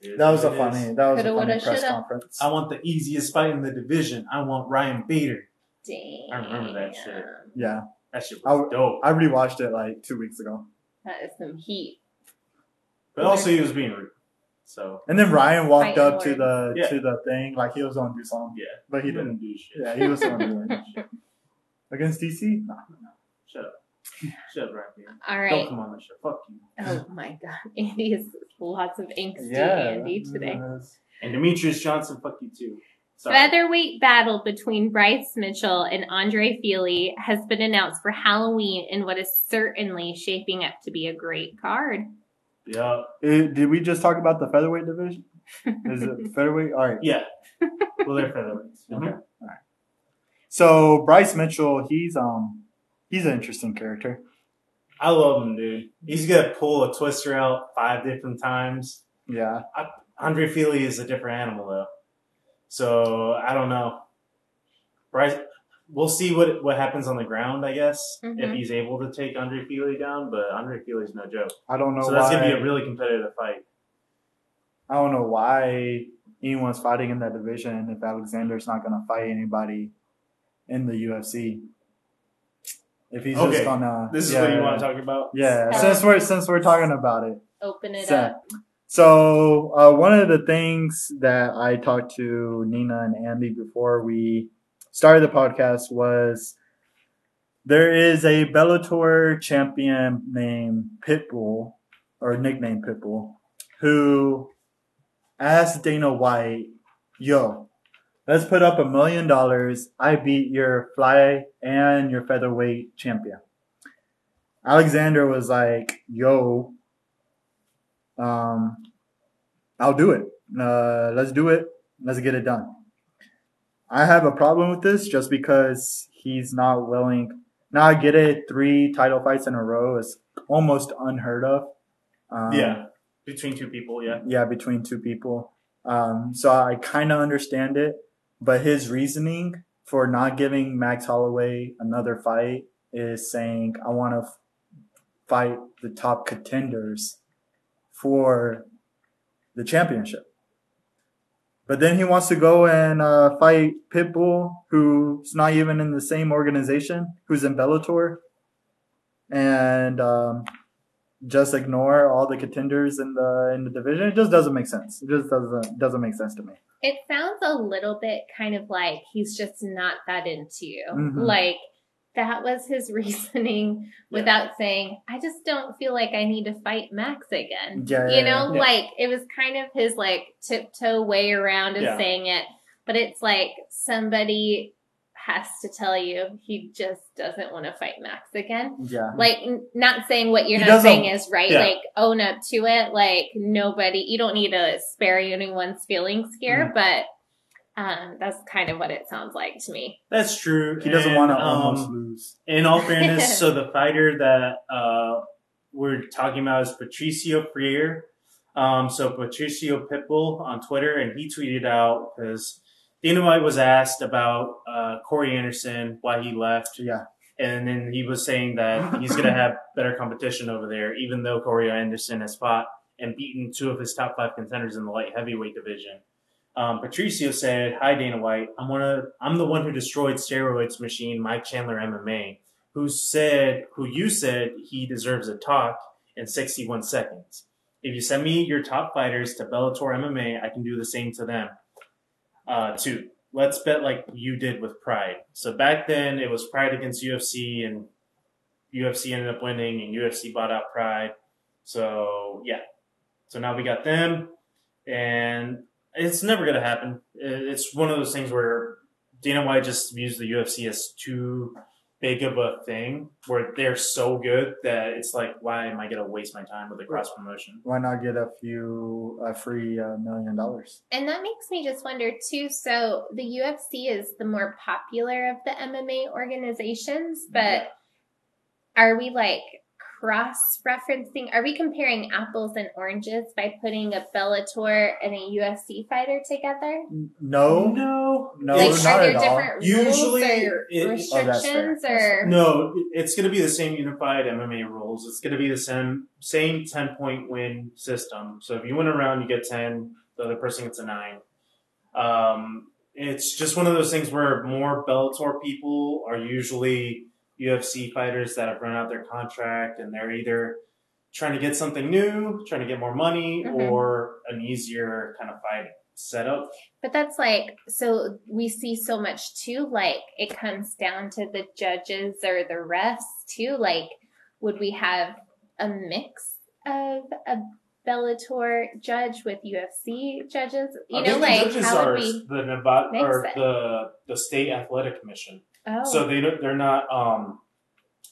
[SPEAKER 1] it is
[SPEAKER 3] that was a
[SPEAKER 1] what it is.
[SPEAKER 3] funny. That was
[SPEAKER 2] Coulda,
[SPEAKER 3] a funny
[SPEAKER 2] woulda,
[SPEAKER 3] press
[SPEAKER 2] shoulda.
[SPEAKER 3] conference.
[SPEAKER 1] I want the easiest fight in the division. I want Ryan Bader.
[SPEAKER 2] Damn.
[SPEAKER 1] I remember that shit.
[SPEAKER 3] Yeah,
[SPEAKER 1] That shit
[SPEAKER 3] I
[SPEAKER 1] was
[SPEAKER 3] w-
[SPEAKER 1] dope.
[SPEAKER 3] I rewatched it like two weeks ago.
[SPEAKER 2] That is some heat.
[SPEAKER 1] But also, he was being rude. So
[SPEAKER 3] And then Ryan walked
[SPEAKER 2] Fighting
[SPEAKER 3] up to the
[SPEAKER 1] Yeah.
[SPEAKER 3] to the thing like he was on do something,
[SPEAKER 1] yeah,
[SPEAKER 3] but he
[SPEAKER 1] he
[SPEAKER 3] didn't.
[SPEAKER 1] didn't do shit.
[SPEAKER 3] Yeah, he was on doing it. against DC. Nah.
[SPEAKER 1] Shut up. Shut up, Ryan.
[SPEAKER 2] All
[SPEAKER 1] Don't
[SPEAKER 2] right.
[SPEAKER 1] come on the show. Fuck you.
[SPEAKER 2] Oh my God. Andy is lots of angsty Andy today.
[SPEAKER 1] And Demetrius Johnson, fuck you too. Sorry.
[SPEAKER 2] Featherweight battle between Bryce Mitchell and Andre Feely has been announced for Halloween in what is certainly shaping up to be a great card.
[SPEAKER 1] Yeah.
[SPEAKER 3] Eh, did we just talk about the featherweight division? Is it featherweight? All right.
[SPEAKER 1] Yeah. Well, they're featherweights.
[SPEAKER 3] Okay.
[SPEAKER 1] Mhm.
[SPEAKER 3] All right. So Bryce Mitchell, he's um he's an interesting character.
[SPEAKER 1] I love him, dude. He's gonna pull a twister out five different times.
[SPEAKER 3] Yeah.
[SPEAKER 1] Andre Feely is a different animal, though. So I don't know. Bryce, we'll see what what happens on the ground. I guess if
[SPEAKER 2] Mhm.
[SPEAKER 1] he's able to take Andre Feely down, but Andre Feely's no joke.
[SPEAKER 3] I don't know
[SPEAKER 1] So
[SPEAKER 3] why
[SPEAKER 1] that's gonna be a really competitive fight.
[SPEAKER 3] I don't know why anyone's fighting in that division if Alexander's not gonna fight anybody in the UFC. If he's
[SPEAKER 1] Okay.
[SPEAKER 3] just gonna
[SPEAKER 1] This is
[SPEAKER 3] yeah,
[SPEAKER 1] what you want to talk about.
[SPEAKER 3] Yeah, since we're since we're talking about it.
[SPEAKER 2] Open it
[SPEAKER 3] So-
[SPEAKER 2] up.
[SPEAKER 3] So uh, one of the things that I talked to Nina and Andy before we started the podcast was there is a Bellator champion named Pitbull or nicknamed Pitbull who asked Dana White, "Yo, let's put up a million dollars. I beat your fly and your featherweight champion." Alexander was like, "Yo." Um, I'll do it. Uh, let's do it. Let's get it done. I have a problem with this just because he's not willing. Now I get it. Three title fights in a row is almost unheard of. Um,
[SPEAKER 1] yeah, between two people. Yeah,
[SPEAKER 3] yeah, between two people. Um, so I kind of understand it, but his reasoning for not giving Max Holloway another fight is saying, I want to f- fight the top contenders for the championship. But then he wants to go and uh, fight Pitbull, who's not even in the same organization, who's in Bellator, and um, just ignore all the contenders in the in the division. It just doesn't make sense. It just doesn't doesn't make sense to me.
[SPEAKER 2] It sounds a little bit kind of like he's just not that into you.
[SPEAKER 3] Mhm.
[SPEAKER 2] Like that was his reasoning without saying, I just don't feel like I need to fight Max again.
[SPEAKER 3] Yeah,
[SPEAKER 2] you
[SPEAKER 3] yeah,
[SPEAKER 2] know,
[SPEAKER 1] yeah.
[SPEAKER 2] like it was kind of his like tiptoe way around of
[SPEAKER 1] Yeah.
[SPEAKER 2] saying it. But it's like somebody has to tell you he just doesn't want to fight Max again.
[SPEAKER 3] Yeah.
[SPEAKER 2] Like n- not saying what you're
[SPEAKER 3] He
[SPEAKER 2] not
[SPEAKER 3] doesn't-
[SPEAKER 2] saying is right.
[SPEAKER 1] yeah.
[SPEAKER 2] Like own up to it. Like nobody, you don't need to spare anyone's feelings
[SPEAKER 3] Mm-hmm.
[SPEAKER 2] here. But um, that's kind of what it sounds like to me.
[SPEAKER 1] that's true.
[SPEAKER 3] He doesn't
[SPEAKER 1] And,
[SPEAKER 3] want to
[SPEAKER 1] um,
[SPEAKER 3] almost lose.
[SPEAKER 1] In all fairness, so the fighter that uh, we're talking about is Patricio Freer. Um, so Patricio Pitbull on Twitter, and he tweeted out because Dana White was asked about uh, Corey Anderson, why he left,
[SPEAKER 3] Yeah.
[SPEAKER 1] and then he was saying that he's going to have better competition over there, even though Corey Anderson has fought and beaten two of his top five contenders in the light heavyweight division. Um, Patricio said, "Hi Dana White, I'm one of I'm the one who destroyed steroids machine Mike Chandler MMA, who said who you said he deserves a talk in 61 seconds. If you send me your top fighters to Bellator MMA, I can do the same to them. Uh, too. Let's bet like you did with Pride. So back then it was Pride against UFC, and UFC ended up winning, and UFC bought out Pride. So yeah, so now we got them, and it's never going to happen. It- It's one of those things where Dana White just views the UFC as too big of a thing, where they're so good that it's like, why am I going to waste my time with a cross promotion?
[SPEAKER 3] Why not get a few a free uh, million dollars?
[SPEAKER 2] And that makes me just wonder too. So the UFC is the more popular of the MMA organizations,
[SPEAKER 3] Mm-hmm.
[SPEAKER 2] but are we like cross referencing? Are we comparing apples and oranges by putting a Bellator and a UFC fighter together?
[SPEAKER 3] No.
[SPEAKER 1] no,
[SPEAKER 3] No,
[SPEAKER 2] like,
[SPEAKER 3] not
[SPEAKER 2] are there
[SPEAKER 3] at all.
[SPEAKER 2] different
[SPEAKER 1] Usually,
[SPEAKER 2] rules or
[SPEAKER 1] it-
[SPEAKER 3] oh, that's fair.
[SPEAKER 2] restrictions,
[SPEAKER 3] That's fair.
[SPEAKER 2] or
[SPEAKER 1] No, it- it's going to be the same unified MMA rules. It's going to be the same same ten point win system. So if you win a round, you get ten. The other person gets a nine. Um, it's just one of those things where more Bellator people are usually UFC fighters that have run out their contract and they're either trying to get something new, trying to get more money,
[SPEAKER 2] Mhm.
[SPEAKER 1] or an easier kind of fight setup.
[SPEAKER 2] But that's like so we see so much too. Like it comes down to the judges or the refs too. Like would we have a mix of a Bellator judge with UFC judges? You
[SPEAKER 1] I
[SPEAKER 2] know,
[SPEAKER 1] think the
[SPEAKER 2] like
[SPEAKER 1] judges
[SPEAKER 2] how
[SPEAKER 1] are
[SPEAKER 2] would we?
[SPEAKER 1] the Nevada
[SPEAKER 2] mix
[SPEAKER 1] or
[SPEAKER 2] it?
[SPEAKER 1] the the state athletic commission,
[SPEAKER 2] Oh,
[SPEAKER 1] so they don't, they're not um,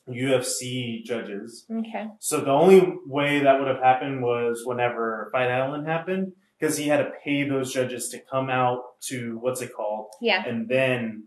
[SPEAKER 1] UFC judges.
[SPEAKER 2] okay.
[SPEAKER 1] So the only way that would have happened was whenever Fight Island happened, because he had to pay those judges to come out to what's it called,
[SPEAKER 2] Yeah.
[SPEAKER 1] and then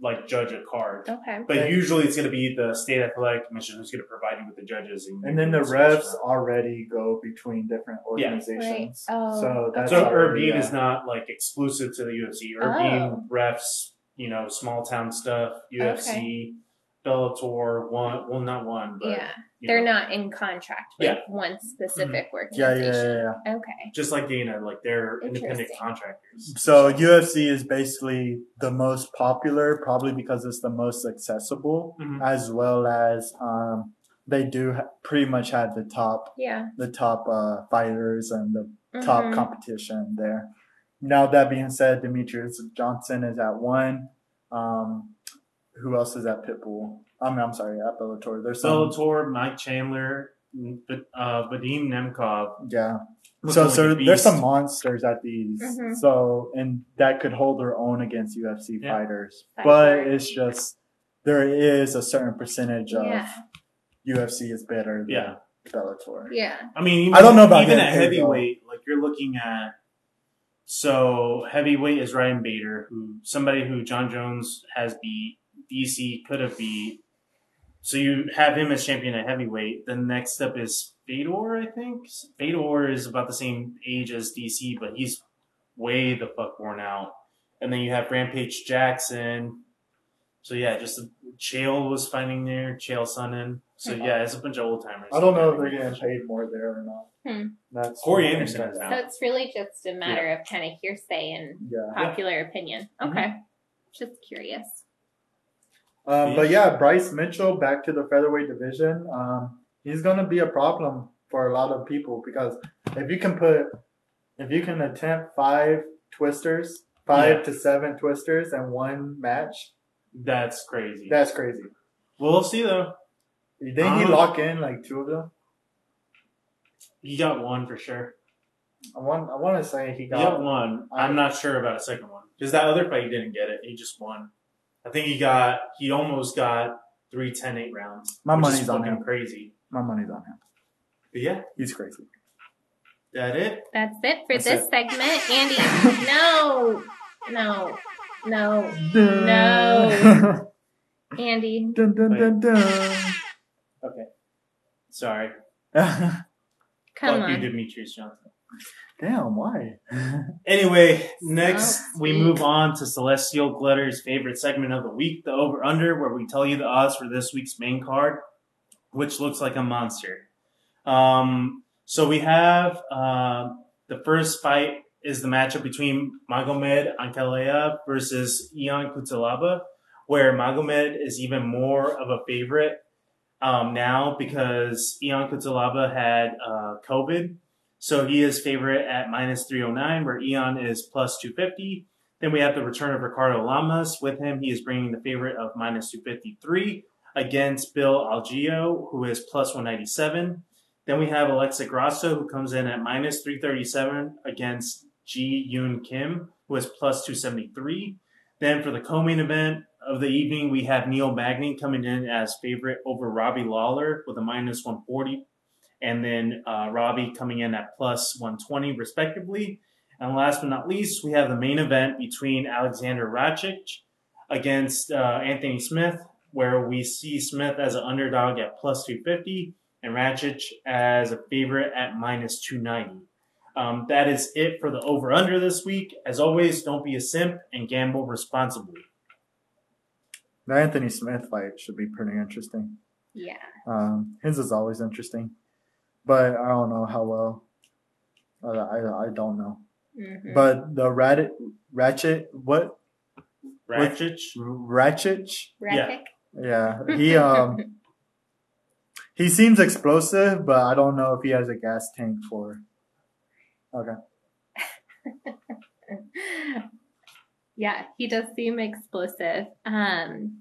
[SPEAKER 1] like judge a card.
[SPEAKER 2] Okay.
[SPEAKER 1] But
[SPEAKER 3] Okay.
[SPEAKER 1] usually it's going to be the state athletic commission who's going to provide you with the judges, and,
[SPEAKER 3] And then the refs already go between different
[SPEAKER 1] Yeah.
[SPEAKER 3] organizations.
[SPEAKER 2] Right. Oh,
[SPEAKER 3] so that's
[SPEAKER 1] So
[SPEAKER 3] already,
[SPEAKER 1] Urbane
[SPEAKER 3] uh,
[SPEAKER 1] is not like exclusive to the UFC.
[SPEAKER 2] Oh.
[SPEAKER 1] Urbane refs, you know, small town stuff, UFC, Bellator, one, well, not one, but
[SPEAKER 2] yeah,
[SPEAKER 1] you
[SPEAKER 2] they're
[SPEAKER 1] know,
[SPEAKER 2] not in contract with
[SPEAKER 1] Yeah. Mm-hmm.
[SPEAKER 2] one specific
[SPEAKER 3] Yeah,
[SPEAKER 2] organization.
[SPEAKER 3] yeah, yeah, yeah.
[SPEAKER 2] Okay.
[SPEAKER 1] just like Dana, like they're independent
[SPEAKER 2] Interesting.
[SPEAKER 1] contractors.
[SPEAKER 3] So UFC is basically the most popular, probably because it's the most accessible,
[SPEAKER 1] Mhm.
[SPEAKER 3] as well as um, they do ha- pretty much have the top,
[SPEAKER 2] Yeah.
[SPEAKER 3] the top uh, fighters and the top
[SPEAKER 2] Mhm.
[SPEAKER 3] competition there. Now that being said, Demetrius Johnson is at one. Um, who else is at Pitbull? I mean, I'm sorry, at Bellator. There's some,
[SPEAKER 1] Bellator, Mike Chandler, but uh, Vadim Nemkov.
[SPEAKER 3] yeah.
[SPEAKER 1] Looking
[SPEAKER 3] So,
[SPEAKER 1] like
[SPEAKER 3] so
[SPEAKER 1] a
[SPEAKER 3] there's
[SPEAKER 1] beast.
[SPEAKER 3] some monsters at these.
[SPEAKER 2] Mhm.
[SPEAKER 3] So, and that could hold their own against UFC
[SPEAKER 1] Yeah.
[SPEAKER 3] fighters,
[SPEAKER 2] That's
[SPEAKER 3] but
[SPEAKER 2] right.
[SPEAKER 3] it's just there is a certain percentage of
[SPEAKER 2] Yeah.
[SPEAKER 3] UFC is better than
[SPEAKER 1] Yeah.
[SPEAKER 3] Bellator.
[SPEAKER 2] Yeah.
[SPEAKER 1] I mean, even,
[SPEAKER 3] I don't know about
[SPEAKER 1] even
[SPEAKER 3] that
[SPEAKER 1] at
[SPEAKER 3] too, though.
[SPEAKER 1] heavyweight. Like you're looking at so heavyweight is Ryan Bader, who somebody who John Jones has beat, DC could have beat. So you have him as champion at heavyweight. The next up is Fedor, I think. Fedor is about the same age as DC, but he's way the fuck worn out. And then you have Rampage Jackson. So yeah, just Chael was fighting there, Chael Sonnen. So yeah, it's a bunch of old timers.
[SPEAKER 3] I don't know if they're getting paid more there or not.
[SPEAKER 2] Hmm.
[SPEAKER 3] That's
[SPEAKER 1] Corey
[SPEAKER 3] one
[SPEAKER 1] Anderson
[SPEAKER 3] thing
[SPEAKER 1] is
[SPEAKER 3] that-
[SPEAKER 1] out.
[SPEAKER 2] So it's really just a matter of kind of hearsay and
[SPEAKER 3] Yeah.
[SPEAKER 2] popular opinion.
[SPEAKER 1] Mhm.
[SPEAKER 2] Okay. Just curious.
[SPEAKER 3] Um, but yeah, Bryce Mitchell back to the featherweight division. Um, he's going to be a problem for a lot of people because if you can put, if you can attempt five twisters, five
[SPEAKER 1] Yeah.
[SPEAKER 3] to seven twisters in one match,
[SPEAKER 1] That's crazy.
[SPEAKER 3] that's crazy.
[SPEAKER 1] we'll see though.
[SPEAKER 3] Did he
[SPEAKER 1] Um,
[SPEAKER 3] lock in like two of them?
[SPEAKER 1] He got one for sure.
[SPEAKER 3] I want, I want to say he
[SPEAKER 1] He
[SPEAKER 3] got.
[SPEAKER 1] got one. I'm not sure about a second one because that other fight he didn't get it. He just won. I think he got. He almost got three ten eight rounds.
[SPEAKER 3] My
[SPEAKER 1] which is
[SPEAKER 3] money's on
[SPEAKER 1] fucking
[SPEAKER 3] him.
[SPEAKER 1] Crazy.
[SPEAKER 3] My money's on him.
[SPEAKER 1] But yeah,
[SPEAKER 3] He's crazy.
[SPEAKER 1] that it.
[SPEAKER 2] That's it for
[SPEAKER 1] That's
[SPEAKER 2] this
[SPEAKER 1] it.
[SPEAKER 2] segment. Andy, no, no, no.
[SPEAKER 3] Dun.
[SPEAKER 2] Andy,
[SPEAKER 3] dun, dun, dun, dun.
[SPEAKER 1] Okay. Sorry.
[SPEAKER 2] come
[SPEAKER 1] Fuck you,
[SPEAKER 2] on.
[SPEAKER 1] Demetrius Johnson.
[SPEAKER 3] Damn, why?
[SPEAKER 1] Anyway, next
[SPEAKER 2] Oh,
[SPEAKER 1] we
[SPEAKER 2] sweet.
[SPEAKER 1] move on to Celestial Glitter's favorite segment of the week, the over under, where we tell you the odds for this week's main card, which looks like a monster. Um, so we have uh, the first fight is the matchup between Magomed Ankalaev versus Ian Kutalaba, where Magomed is even more of a favorite um, now because Ian Kutalaba had uh, COVID. So he is favorite at minus 309, where Eon is plus 250. Then we have the return of Ricardo Lamas. With him, he is bringing the favorite of minus 253 against Bill Algio, who is plus 197. Then we have Alexa Grasso, who comes in at minus 337 against Ji Yoon Kim, who is plus 273. Then for the co main event of the evening, we have Neil Magny coming in as favorite over Robbie Lawler with a minus 140 and then uh, Robbie coming in at plus 120, respectively. And last but not least, we have the main event between Alexander Rakic against uh, Anthony Smith, where we see Smith as an underdog at plus 250 and Rakic as a favorite at minus 290. Um, that is it for the over under this week. As always, don't be a simp and gamble responsibly.
[SPEAKER 3] The Anthony Smith fight should be pretty interesting.
[SPEAKER 2] Yeah.
[SPEAKER 3] Um, his is always interesting, but I don't know how well. Uh, I I don't know.
[SPEAKER 2] Mhm.
[SPEAKER 3] But the Radit Ratchet what
[SPEAKER 1] Rakic?
[SPEAKER 3] Ratchet?
[SPEAKER 2] Graphic?
[SPEAKER 3] Yeah, he um He seems explosive, but I don't know if he has a gas tank for. Okay.
[SPEAKER 2] yeah, he does seem explosive. Um,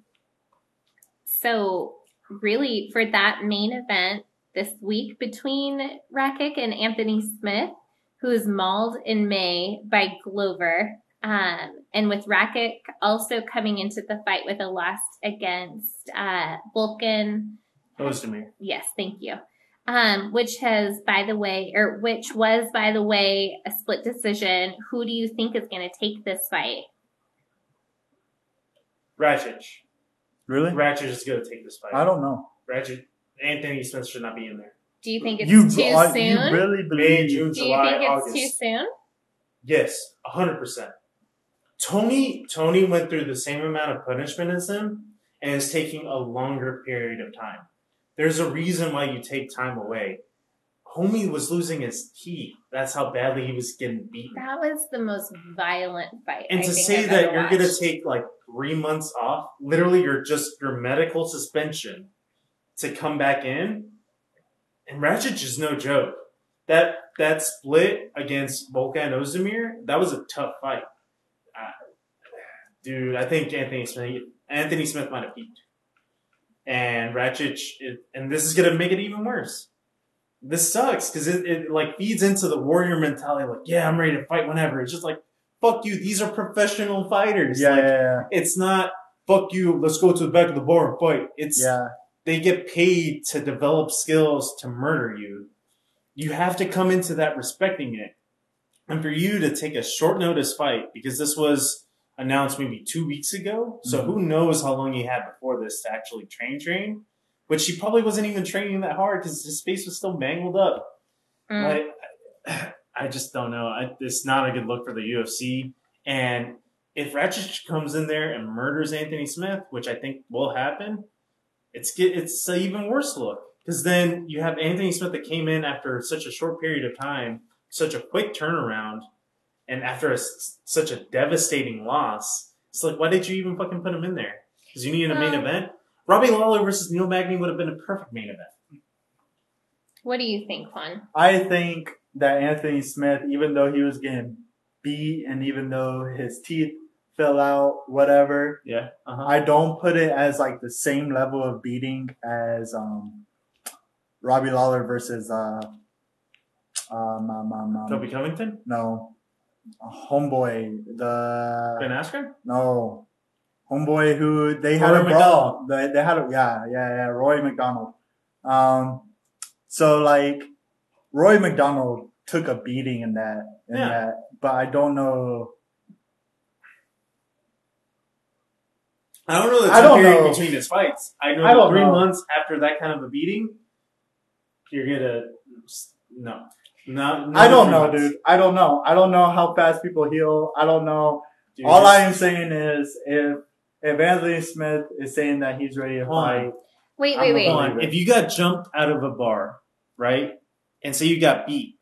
[SPEAKER 2] so really, for that main event this week between Rakic and Anthony Smith, who is mauled in May by Glover, um, and with Rakic also coming into the fight with a loss against uh, Vulcan.
[SPEAKER 1] Ozdemir.
[SPEAKER 2] Yes, thank you. Um, which has, by the way, or which was, by the way, a split decision. Who do you think is going to take this fight?
[SPEAKER 1] Ratchich.
[SPEAKER 3] Really?
[SPEAKER 1] Ratchich is going to take this fight.
[SPEAKER 3] I don't know.
[SPEAKER 1] Ratchich. Anthony Smith should not be in there.
[SPEAKER 2] Do you think it's
[SPEAKER 3] you,
[SPEAKER 2] too
[SPEAKER 3] are-
[SPEAKER 2] soon?
[SPEAKER 3] you really
[SPEAKER 1] May,
[SPEAKER 3] believe?
[SPEAKER 1] June,
[SPEAKER 2] do you think
[SPEAKER 1] July,
[SPEAKER 2] it's
[SPEAKER 1] August.
[SPEAKER 2] too soon?
[SPEAKER 1] Yes, hundred percent. Tony Tony went through the same amount of punishment as him, and is taking a longer period of time. There's a reason why you take time away. Homie was losing his teeth. That's how badly he was getting beaten.
[SPEAKER 2] That was the most violent fight.
[SPEAKER 1] And
[SPEAKER 2] I
[SPEAKER 1] to
[SPEAKER 2] think
[SPEAKER 1] say
[SPEAKER 2] I've
[SPEAKER 1] that
[SPEAKER 2] ever
[SPEAKER 1] you're going to
[SPEAKER 2] watched.
[SPEAKER 1] take like three months off, literally, you're just your medical suspension to come back in, and Ratchet is no joke. That that split against Volkan Ozdemir, that was a tough fight, uh, dude. I think Anthony Smith, Anthony Smith might have peaked, and Ratchet, and this is going to make it even worse. This sucks because it, it like feeds into the warrior mentality. Like, yeah, I'm ready to fight whenever. It's just like, fuck you. These are professional fighters.
[SPEAKER 3] Yeah,
[SPEAKER 1] Like,
[SPEAKER 3] yeah, yeah,
[SPEAKER 1] it's not fuck you. Let's go to the back of the bar and fight. It's
[SPEAKER 3] yeah.
[SPEAKER 1] they get paid to develop skills to murder you. You have to come into that respecting it. And for you to take a short notice fight, because this was announced maybe two weeks ago, so
[SPEAKER 3] Mhm.
[SPEAKER 1] who knows how long he had before this to actually train train. But she probably wasn't even training that hard because his face was still mangled up.
[SPEAKER 2] Mm.
[SPEAKER 1] I, I just don't know. I, it's not a good look for the UFC. And if Ratchet comes in there and murders Anthony Smith, which I think will happen, it's get it's an even worse look because then you have Anthony Smith that came in after such a short period of time, such a quick turnaround, and after a s such a devastating loss. It's like, why did you even fucking put him in there? Because you needed a main
[SPEAKER 2] Um,
[SPEAKER 1] event. Robbie Lawler versus Neil Magny would have been a perfect main event.
[SPEAKER 2] What do you think, Juan?
[SPEAKER 3] I think that Anthony Smith, even though he was getting beat and even though his teeth fell out, whatever,
[SPEAKER 1] Yeah. Uh-huh.
[SPEAKER 3] I don't put it as like the same level of beating as um, Robbie Lawler versus uh, um, um, um, um,
[SPEAKER 1] Toby Covington,
[SPEAKER 3] no, homeboy
[SPEAKER 1] Ben
[SPEAKER 3] the
[SPEAKER 1] Askren.
[SPEAKER 3] no homeboy who they had
[SPEAKER 1] Rory
[SPEAKER 3] a brawl. They, they had a yeah yeah yeah Roy McDonald. Um, so like Roy McDonald took a beating in that in
[SPEAKER 1] Yeah.
[SPEAKER 3] that, but I don't know.
[SPEAKER 1] I don't know the
[SPEAKER 3] I
[SPEAKER 1] time
[SPEAKER 3] don't
[SPEAKER 1] period
[SPEAKER 3] know.
[SPEAKER 1] between his fights. I know
[SPEAKER 3] I don't
[SPEAKER 1] three
[SPEAKER 3] know.
[SPEAKER 1] months after that kind of a beating, you're gonna no, no. no
[SPEAKER 3] I don't
[SPEAKER 1] three
[SPEAKER 3] know,
[SPEAKER 1] months.
[SPEAKER 3] dude. I don't know. I don't know how fast people heal. I don't know.
[SPEAKER 1] Dude,
[SPEAKER 3] All I
[SPEAKER 1] just-
[SPEAKER 3] am saying is if if Anthony Smith is saying that he's ready to
[SPEAKER 1] Hold on.
[SPEAKER 3] fight,
[SPEAKER 2] Wait,
[SPEAKER 3] I'm
[SPEAKER 2] wait,
[SPEAKER 3] a
[SPEAKER 2] wait.
[SPEAKER 1] Hold on. If you got jumped out of a bar, right, and say you got beat,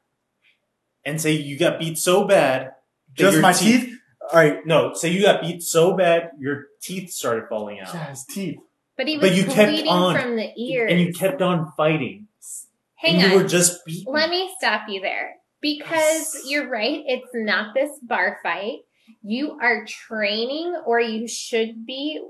[SPEAKER 1] and say you got beat so bad, that
[SPEAKER 3] just
[SPEAKER 1] your
[SPEAKER 3] my teeth. All right,
[SPEAKER 1] No, say you got beat so bad your teeth started falling out,
[SPEAKER 3] yeah, his teeth.
[SPEAKER 2] But he was
[SPEAKER 1] But you kept
[SPEAKER 2] bleeding
[SPEAKER 1] on.
[SPEAKER 2] from the ears.
[SPEAKER 1] and you kept on fighting.
[SPEAKER 2] Hang
[SPEAKER 1] and
[SPEAKER 2] on.
[SPEAKER 1] you were just beaten.
[SPEAKER 2] Let me stop you there because
[SPEAKER 1] Yes.
[SPEAKER 2] you're right. It's not this bar fight. You are training, or you should be,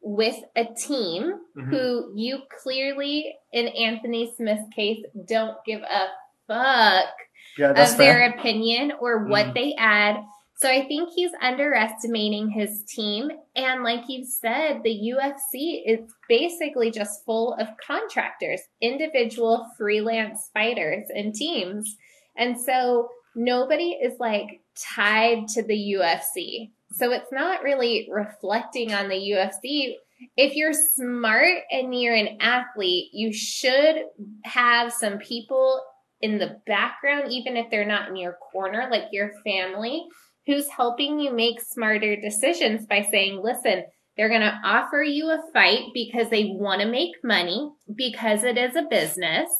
[SPEAKER 2] with a team
[SPEAKER 1] Mhm.
[SPEAKER 2] who you clearly, in Anthony Smith's case, don't give a fuck
[SPEAKER 3] Yeah, that's
[SPEAKER 2] of
[SPEAKER 3] fair.
[SPEAKER 2] their opinion or what
[SPEAKER 1] Mm.
[SPEAKER 2] they add. So I think he's underestimating his team. And like you've said, the UFC is basically just full of contractors, individual freelance fighters and teams. And so nobody is like tied to the UFC. So it's not really reflecting on the UFC. If you're smart and you're an athlete, you should have some people in the background, even if they're not in your corner, like your family, who's helping you make smarter decisions by saying, listen, they're going to offer you a fight because they want to make money, because it is a business.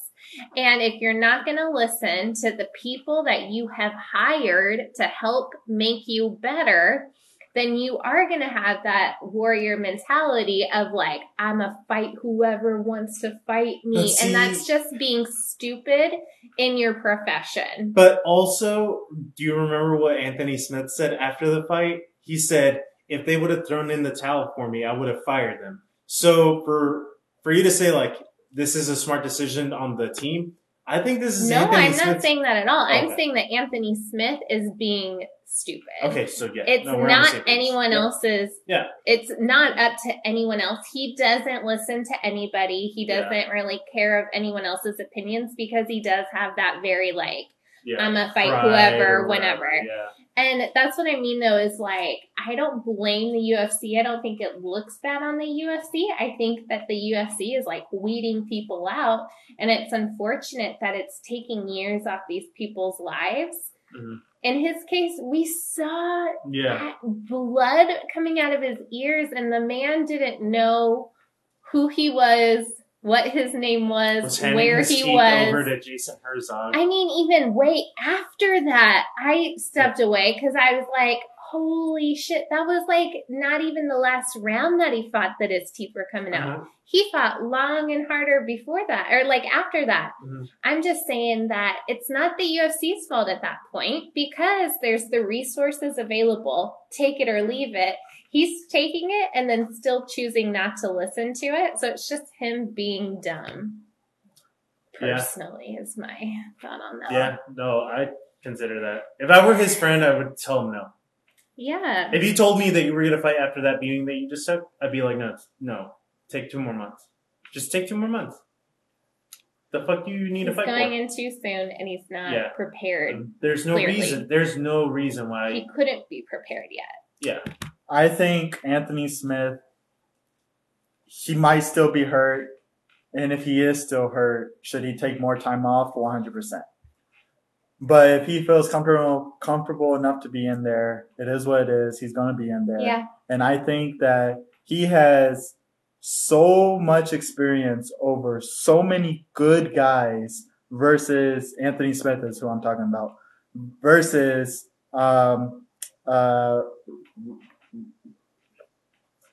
[SPEAKER 2] And if you're not going to listen to the people that you have hired to help make you better, then you are going to have that warrior mentality of like, I'm a fight whoever wants to fight me.
[SPEAKER 1] But see-
[SPEAKER 2] and that's just being stupid in your profession.
[SPEAKER 1] But also, do you remember what Anthony Smith said after the fight? He said, if they would have thrown in the towel for me, I would have fired them. So for for you to say like this is a smart decision on the team, I think this is
[SPEAKER 2] No,
[SPEAKER 1] Anthony
[SPEAKER 2] I'm
[SPEAKER 1] Smith's-
[SPEAKER 2] not saying that at all. I'm
[SPEAKER 1] Okay.
[SPEAKER 2] saying that Anthony Smith is being stupid.
[SPEAKER 1] Okay, so yeah,
[SPEAKER 2] It's
[SPEAKER 1] no, we're on the same
[SPEAKER 2] not
[SPEAKER 1] page.
[SPEAKER 2] anyone
[SPEAKER 1] Yeah.
[SPEAKER 2] else's.
[SPEAKER 1] Yeah.
[SPEAKER 2] It's not up to anyone else. He doesn't listen to anybody. He
[SPEAKER 1] Yeah.
[SPEAKER 2] doesn't really care of anyone else's opinions because he does have that very like,
[SPEAKER 1] Yeah.
[SPEAKER 2] I'm going to fight
[SPEAKER 1] Pride
[SPEAKER 2] whoever,
[SPEAKER 1] or
[SPEAKER 2] whenever.
[SPEAKER 1] Yeah.
[SPEAKER 2] And that's what I mean though, is like, I don't blame the UFC. I don't think it looks bad on the UFC. I think that the UFC is like weeding people out. And it's unfortunate that it's taking years off these people's lives.
[SPEAKER 1] Mhm.
[SPEAKER 2] In his case, we saw
[SPEAKER 1] Yeah.
[SPEAKER 2] blood coming out of his ears, and the man didn't know who he was, what his name was,
[SPEAKER 1] Was handing
[SPEAKER 2] where
[SPEAKER 1] his
[SPEAKER 2] he
[SPEAKER 1] seat
[SPEAKER 2] was.
[SPEAKER 1] over to Jason Herzog.
[SPEAKER 2] I mean, even way after that, I stepped away because I was like, holy shit, that was like not even the last round that he fought that his teeth were coming out.
[SPEAKER 1] Uh-huh.
[SPEAKER 2] He fought long and harder before that, or like after that.
[SPEAKER 1] Mhm.
[SPEAKER 2] I'm just saying that it's not the UFC's fault at that point because there's the resources available. Take it or leave it. He's taking it and then still choosing not to listen to it. So it's just him being dumb.
[SPEAKER 1] Yeah.
[SPEAKER 2] Personally, is my thought on that.
[SPEAKER 1] Yeah, no, I consider that. If I were his friend, I would tell him no.
[SPEAKER 2] Yeah.
[SPEAKER 1] If you told me that you were gonna fight after that beating that you just took, I'd be like, no, no, take two more months. Just take two more months. The fuck do you need to
[SPEAKER 2] He's
[SPEAKER 1] fight
[SPEAKER 2] going
[SPEAKER 1] for?
[SPEAKER 2] in too soon and he's not
[SPEAKER 1] Yeah.
[SPEAKER 2] prepared.
[SPEAKER 1] There's no
[SPEAKER 2] clearly.
[SPEAKER 1] reason. There's no reason why.
[SPEAKER 2] He couldn't be prepared yet.
[SPEAKER 1] Yeah,
[SPEAKER 3] I think Anthony Smith, he might still be hurt. And if he is still hurt, should he take more time off? 100%. But if he feels comfortable, comfortable enough to be in there, it is what it is. He's going to be in there.
[SPEAKER 2] Yeah.
[SPEAKER 3] And I think that he has so much experience over so many good guys versus Anthony Smith is who I'm talking about versus um uh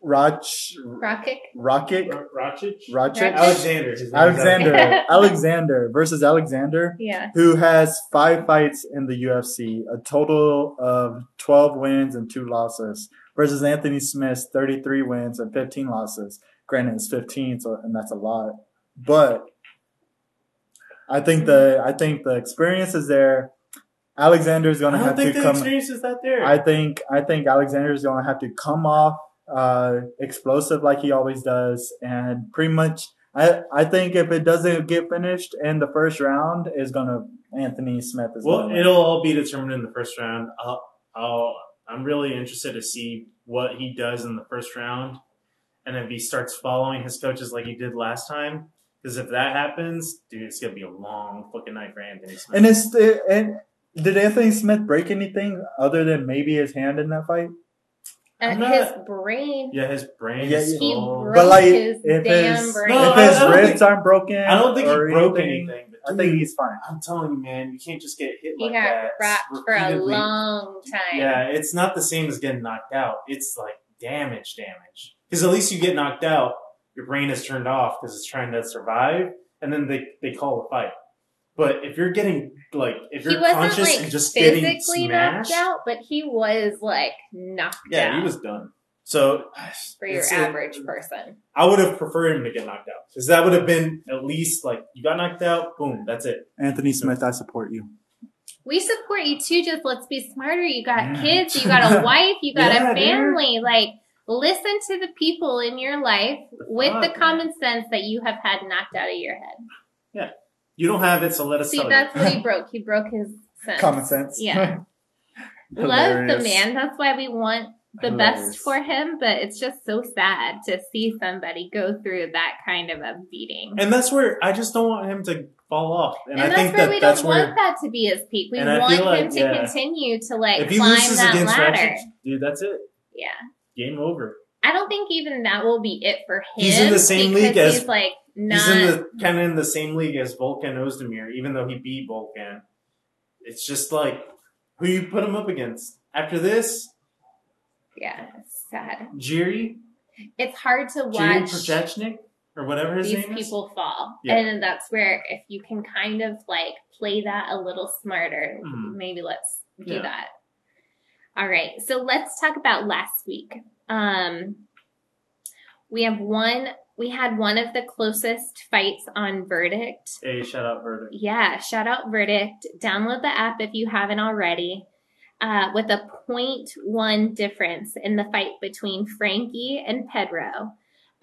[SPEAKER 3] Roch
[SPEAKER 2] Rocket.
[SPEAKER 3] Rocket
[SPEAKER 1] R- Rochich,
[SPEAKER 3] Rocket
[SPEAKER 1] Alexander, his name's
[SPEAKER 3] Alexander Alexander versus Alexander
[SPEAKER 2] Yeah.
[SPEAKER 3] who has five fights in the UFC, a total of 12 wins and two losses, versus Anthony Smith's 33 wins and 15 losses. Granted, it's 15, so and that's a lot, but I think the I think the experience is there. Alexander's
[SPEAKER 1] I
[SPEAKER 3] going to
[SPEAKER 1] don't
[SPEAKER 3] have to
[SPEAKER 1] think the
[SPEAKER 3] come.
[SPEAKER 1] experience is that there.
[SPEAKER 3] I think I think Alexander's gonna have to come off uh, explosive like he always does, and pretty much. I I think if it doesn't get finished in the first round, is gonna Anthony Smith is
[SPEAKER 1] well,
[SPEAKER 3] gonna win.
[SPEAKER 1] it'll all be determined in the first round. I'll, I'll, I'm really interested to see what he does in the first round, and if he starts following his coaches like he did last time. Because if that happens, dude, it's gonna be a long fucking night for Anthony Smith.
[SPEAKER 3] And it's it, and did Anthony Smith break anything other than maybe his hand in that fight?
[SPEAKER 2] Uh,
[SPEAKER 1] I'm not-
[SPEAKER 2] his brain.
[SPEAKER 1] yeah, his brain.
[SPEAKER 3] Yeah,
[SPEAKER 1] is
[SPEAKER 3] yeah.
[SPEAKER 2] He
[SPEAKER 1] so-
[SPEAKER 2] broke
[SPEAKER 3] But like
[SPEAKER 2] his
[SPEAKER 3] if
[SPEAKER 2] damn
[SPEAKER 3] his
[SPEAKER 2] brain.
[SPEAKER 1] No,
[SPEAKER 3] if
[SPEAKER 1] I-
[SPEAKER 3] his
[SPEAKER 1] I don't
[SPEAKER 3] ribs
[SPEAKER 1] think-
[SPEAKER 3] aren't broken,
[SPEAKER 1] I don't think he
[SPEAKER 3] or
[SPEAKER 1] broke
[SPEAKER 3] anything,
[SPEAKER 1] anything. but
[SPEAKER 3] I
[SPEAKER 1] dude,
[SPEAKER 3] think he's fine.
[SPEAKER 1] I'm telling you, man, you can't just get hit
[SPEAKER 2] He
[SPEAKER 1] like
[SPEAKER 2] got
[SPEAKER 1] that.
[SPEAKER 2] rocked for a
[SPEAKER 1] repeatedly.
[SPEAKER 2] long time.
[SPEAKER 1] Yeah, it's not the same as getting knocked out. It's like damage, damage. Because at least you get knocked out, your brain is turned off because it's trying to survive, and then they, they call the fight. But if you're getting like if
[SPEAKER 2] He
[SPEAKER 1] you're
[SPEAKER 2] wasn't
[SPEAKER 1] conscious
[SPEAKER 2] like
[SPEAKER 1] and just getting
[SPEAKER 2] physically
[SPEAKER 1] smashed,
[SPEAKER 2] knocked out, but he was like knocked
[SPEAKER 1] yeah,
[SPEAKER 2] out
[SPEAKER 1] he was done. So
[SPEAKER 2] for your
[SPEAKER 1] it's- it-
[SPEAKER 2] average person.
[SPEAKER 1] I would have preferred him to get knocked out because that would have been at least like you got knocked out, boom, that's it.
[SPEAKER 3] Anthony Smith, I support you.
[SPEAKER 2] We support you too. Just let's be smarter. You got
[SPEAKER 3] Yeah.
[SPEAKER 2] kids. You got a wife. You got
[SPEAKER 1] Yeah,
[SPEAKER 2] a
[SPEAKER 1] dude.
[SPEAKER 2] family. Like listen to the people in your life with
[SPEAKER 1] fuck,
[SPEAKER 2] the
[SPEAKER 1] man.
[SPEAKER 2] common sense that you have had knocked out of your head.
[SPEAKER 1] You don't have it, so let us
[SPEAKER 2] See,
[SPEAKER 1] tell you.
[SPEAKER 2] that's what he broke. He broke his sense.
[SPEAKER 3] Common sense.
[SPEAKER 2] Yeah. Love the
[SPEAKER 3] Hilarious.
[SPEAKER 2] man. That's why we want the
[SPEAKER 3] Hilarious.
[SPEAKER 2] best for him. But it's just so sad to see somebody go through that kind of a beating.
[SPEAKER 1] And that's where I just don't want him to fall off. And,
[SPEAKER 2] And,
[SPEAKER 1] I
[SPEAKER 2] that's
[SPEAKER 1] think
[SPEAKER 2] where
[SPEAKER 1] that
[SPEAKER 2] we
[SPEAKER 1] that's
[SPEAKER 2] don't
[SPEAKER 1] where
[SPEAKER 2] want that to be his peak. We
[SPEAKER 1] And I
[SPEAKER 2] want
[SPEAKER 1] feel like,
[SPEAKER 2] him to
[SPEAKER 1] yeah.
[SPEAKER 2] continue to like
[SPEAKER 1] if he
[SPEAKER 2] climb
[SPEAKER 1] loses
[SPEAKER 2] that
[SPEAKER 1] against
[SPEAKER 2] ladder.
[SPEAKER 1] Ratchet, dude, that's it.
[SPEAKER 2] Yeah.
[SPEAKER 1] Game over.
[SPEAKER 2] I don't think even that will be it for him.
[SPEAKER 1] He's in the same
[SPEAKER 2] because
[SPEAKER 1] league as-
[SPEAKER 2] he's like not
[SPEAKER 1] He's in the kind of in the same league as Vulcan Ozdemir, even though he beat Vulcan. It's just like who you put him up against. After this,
[SPEAKER 2] Yeah, it's sad.
[SPEAKER 1] Jiri,
[SPEAKER 2] It's hard to
[SPEAKER 1] Jiri
[SPEAKER 2] watch
[SPEAKER 1] Projechnik, or whatever his
[SPEAKER 2] these
[SPEAKER 1] name is.
[SPEAKER 2] people fall.
[SPEAKER 3] Yeah.
[SPEAKER 2] And that's where if you can kind of like play that a little smarter,
[SPEAKER 1] Mhm.
[SPEAKER 2] maybe let's do
[SPEAKER 1] Yeah.
[SPEAKER 2] that. All right. So let's talk about last week. Um we have one we had one of the closest fights on verdict.
[SPEAKER 1] Hey, shout out verdict.
[SPEAKER 2] Yeah, shout out Verdict. Download the app if you haven't already. Uh, with a 0.1 difference in the fight between Frankie and Pedro.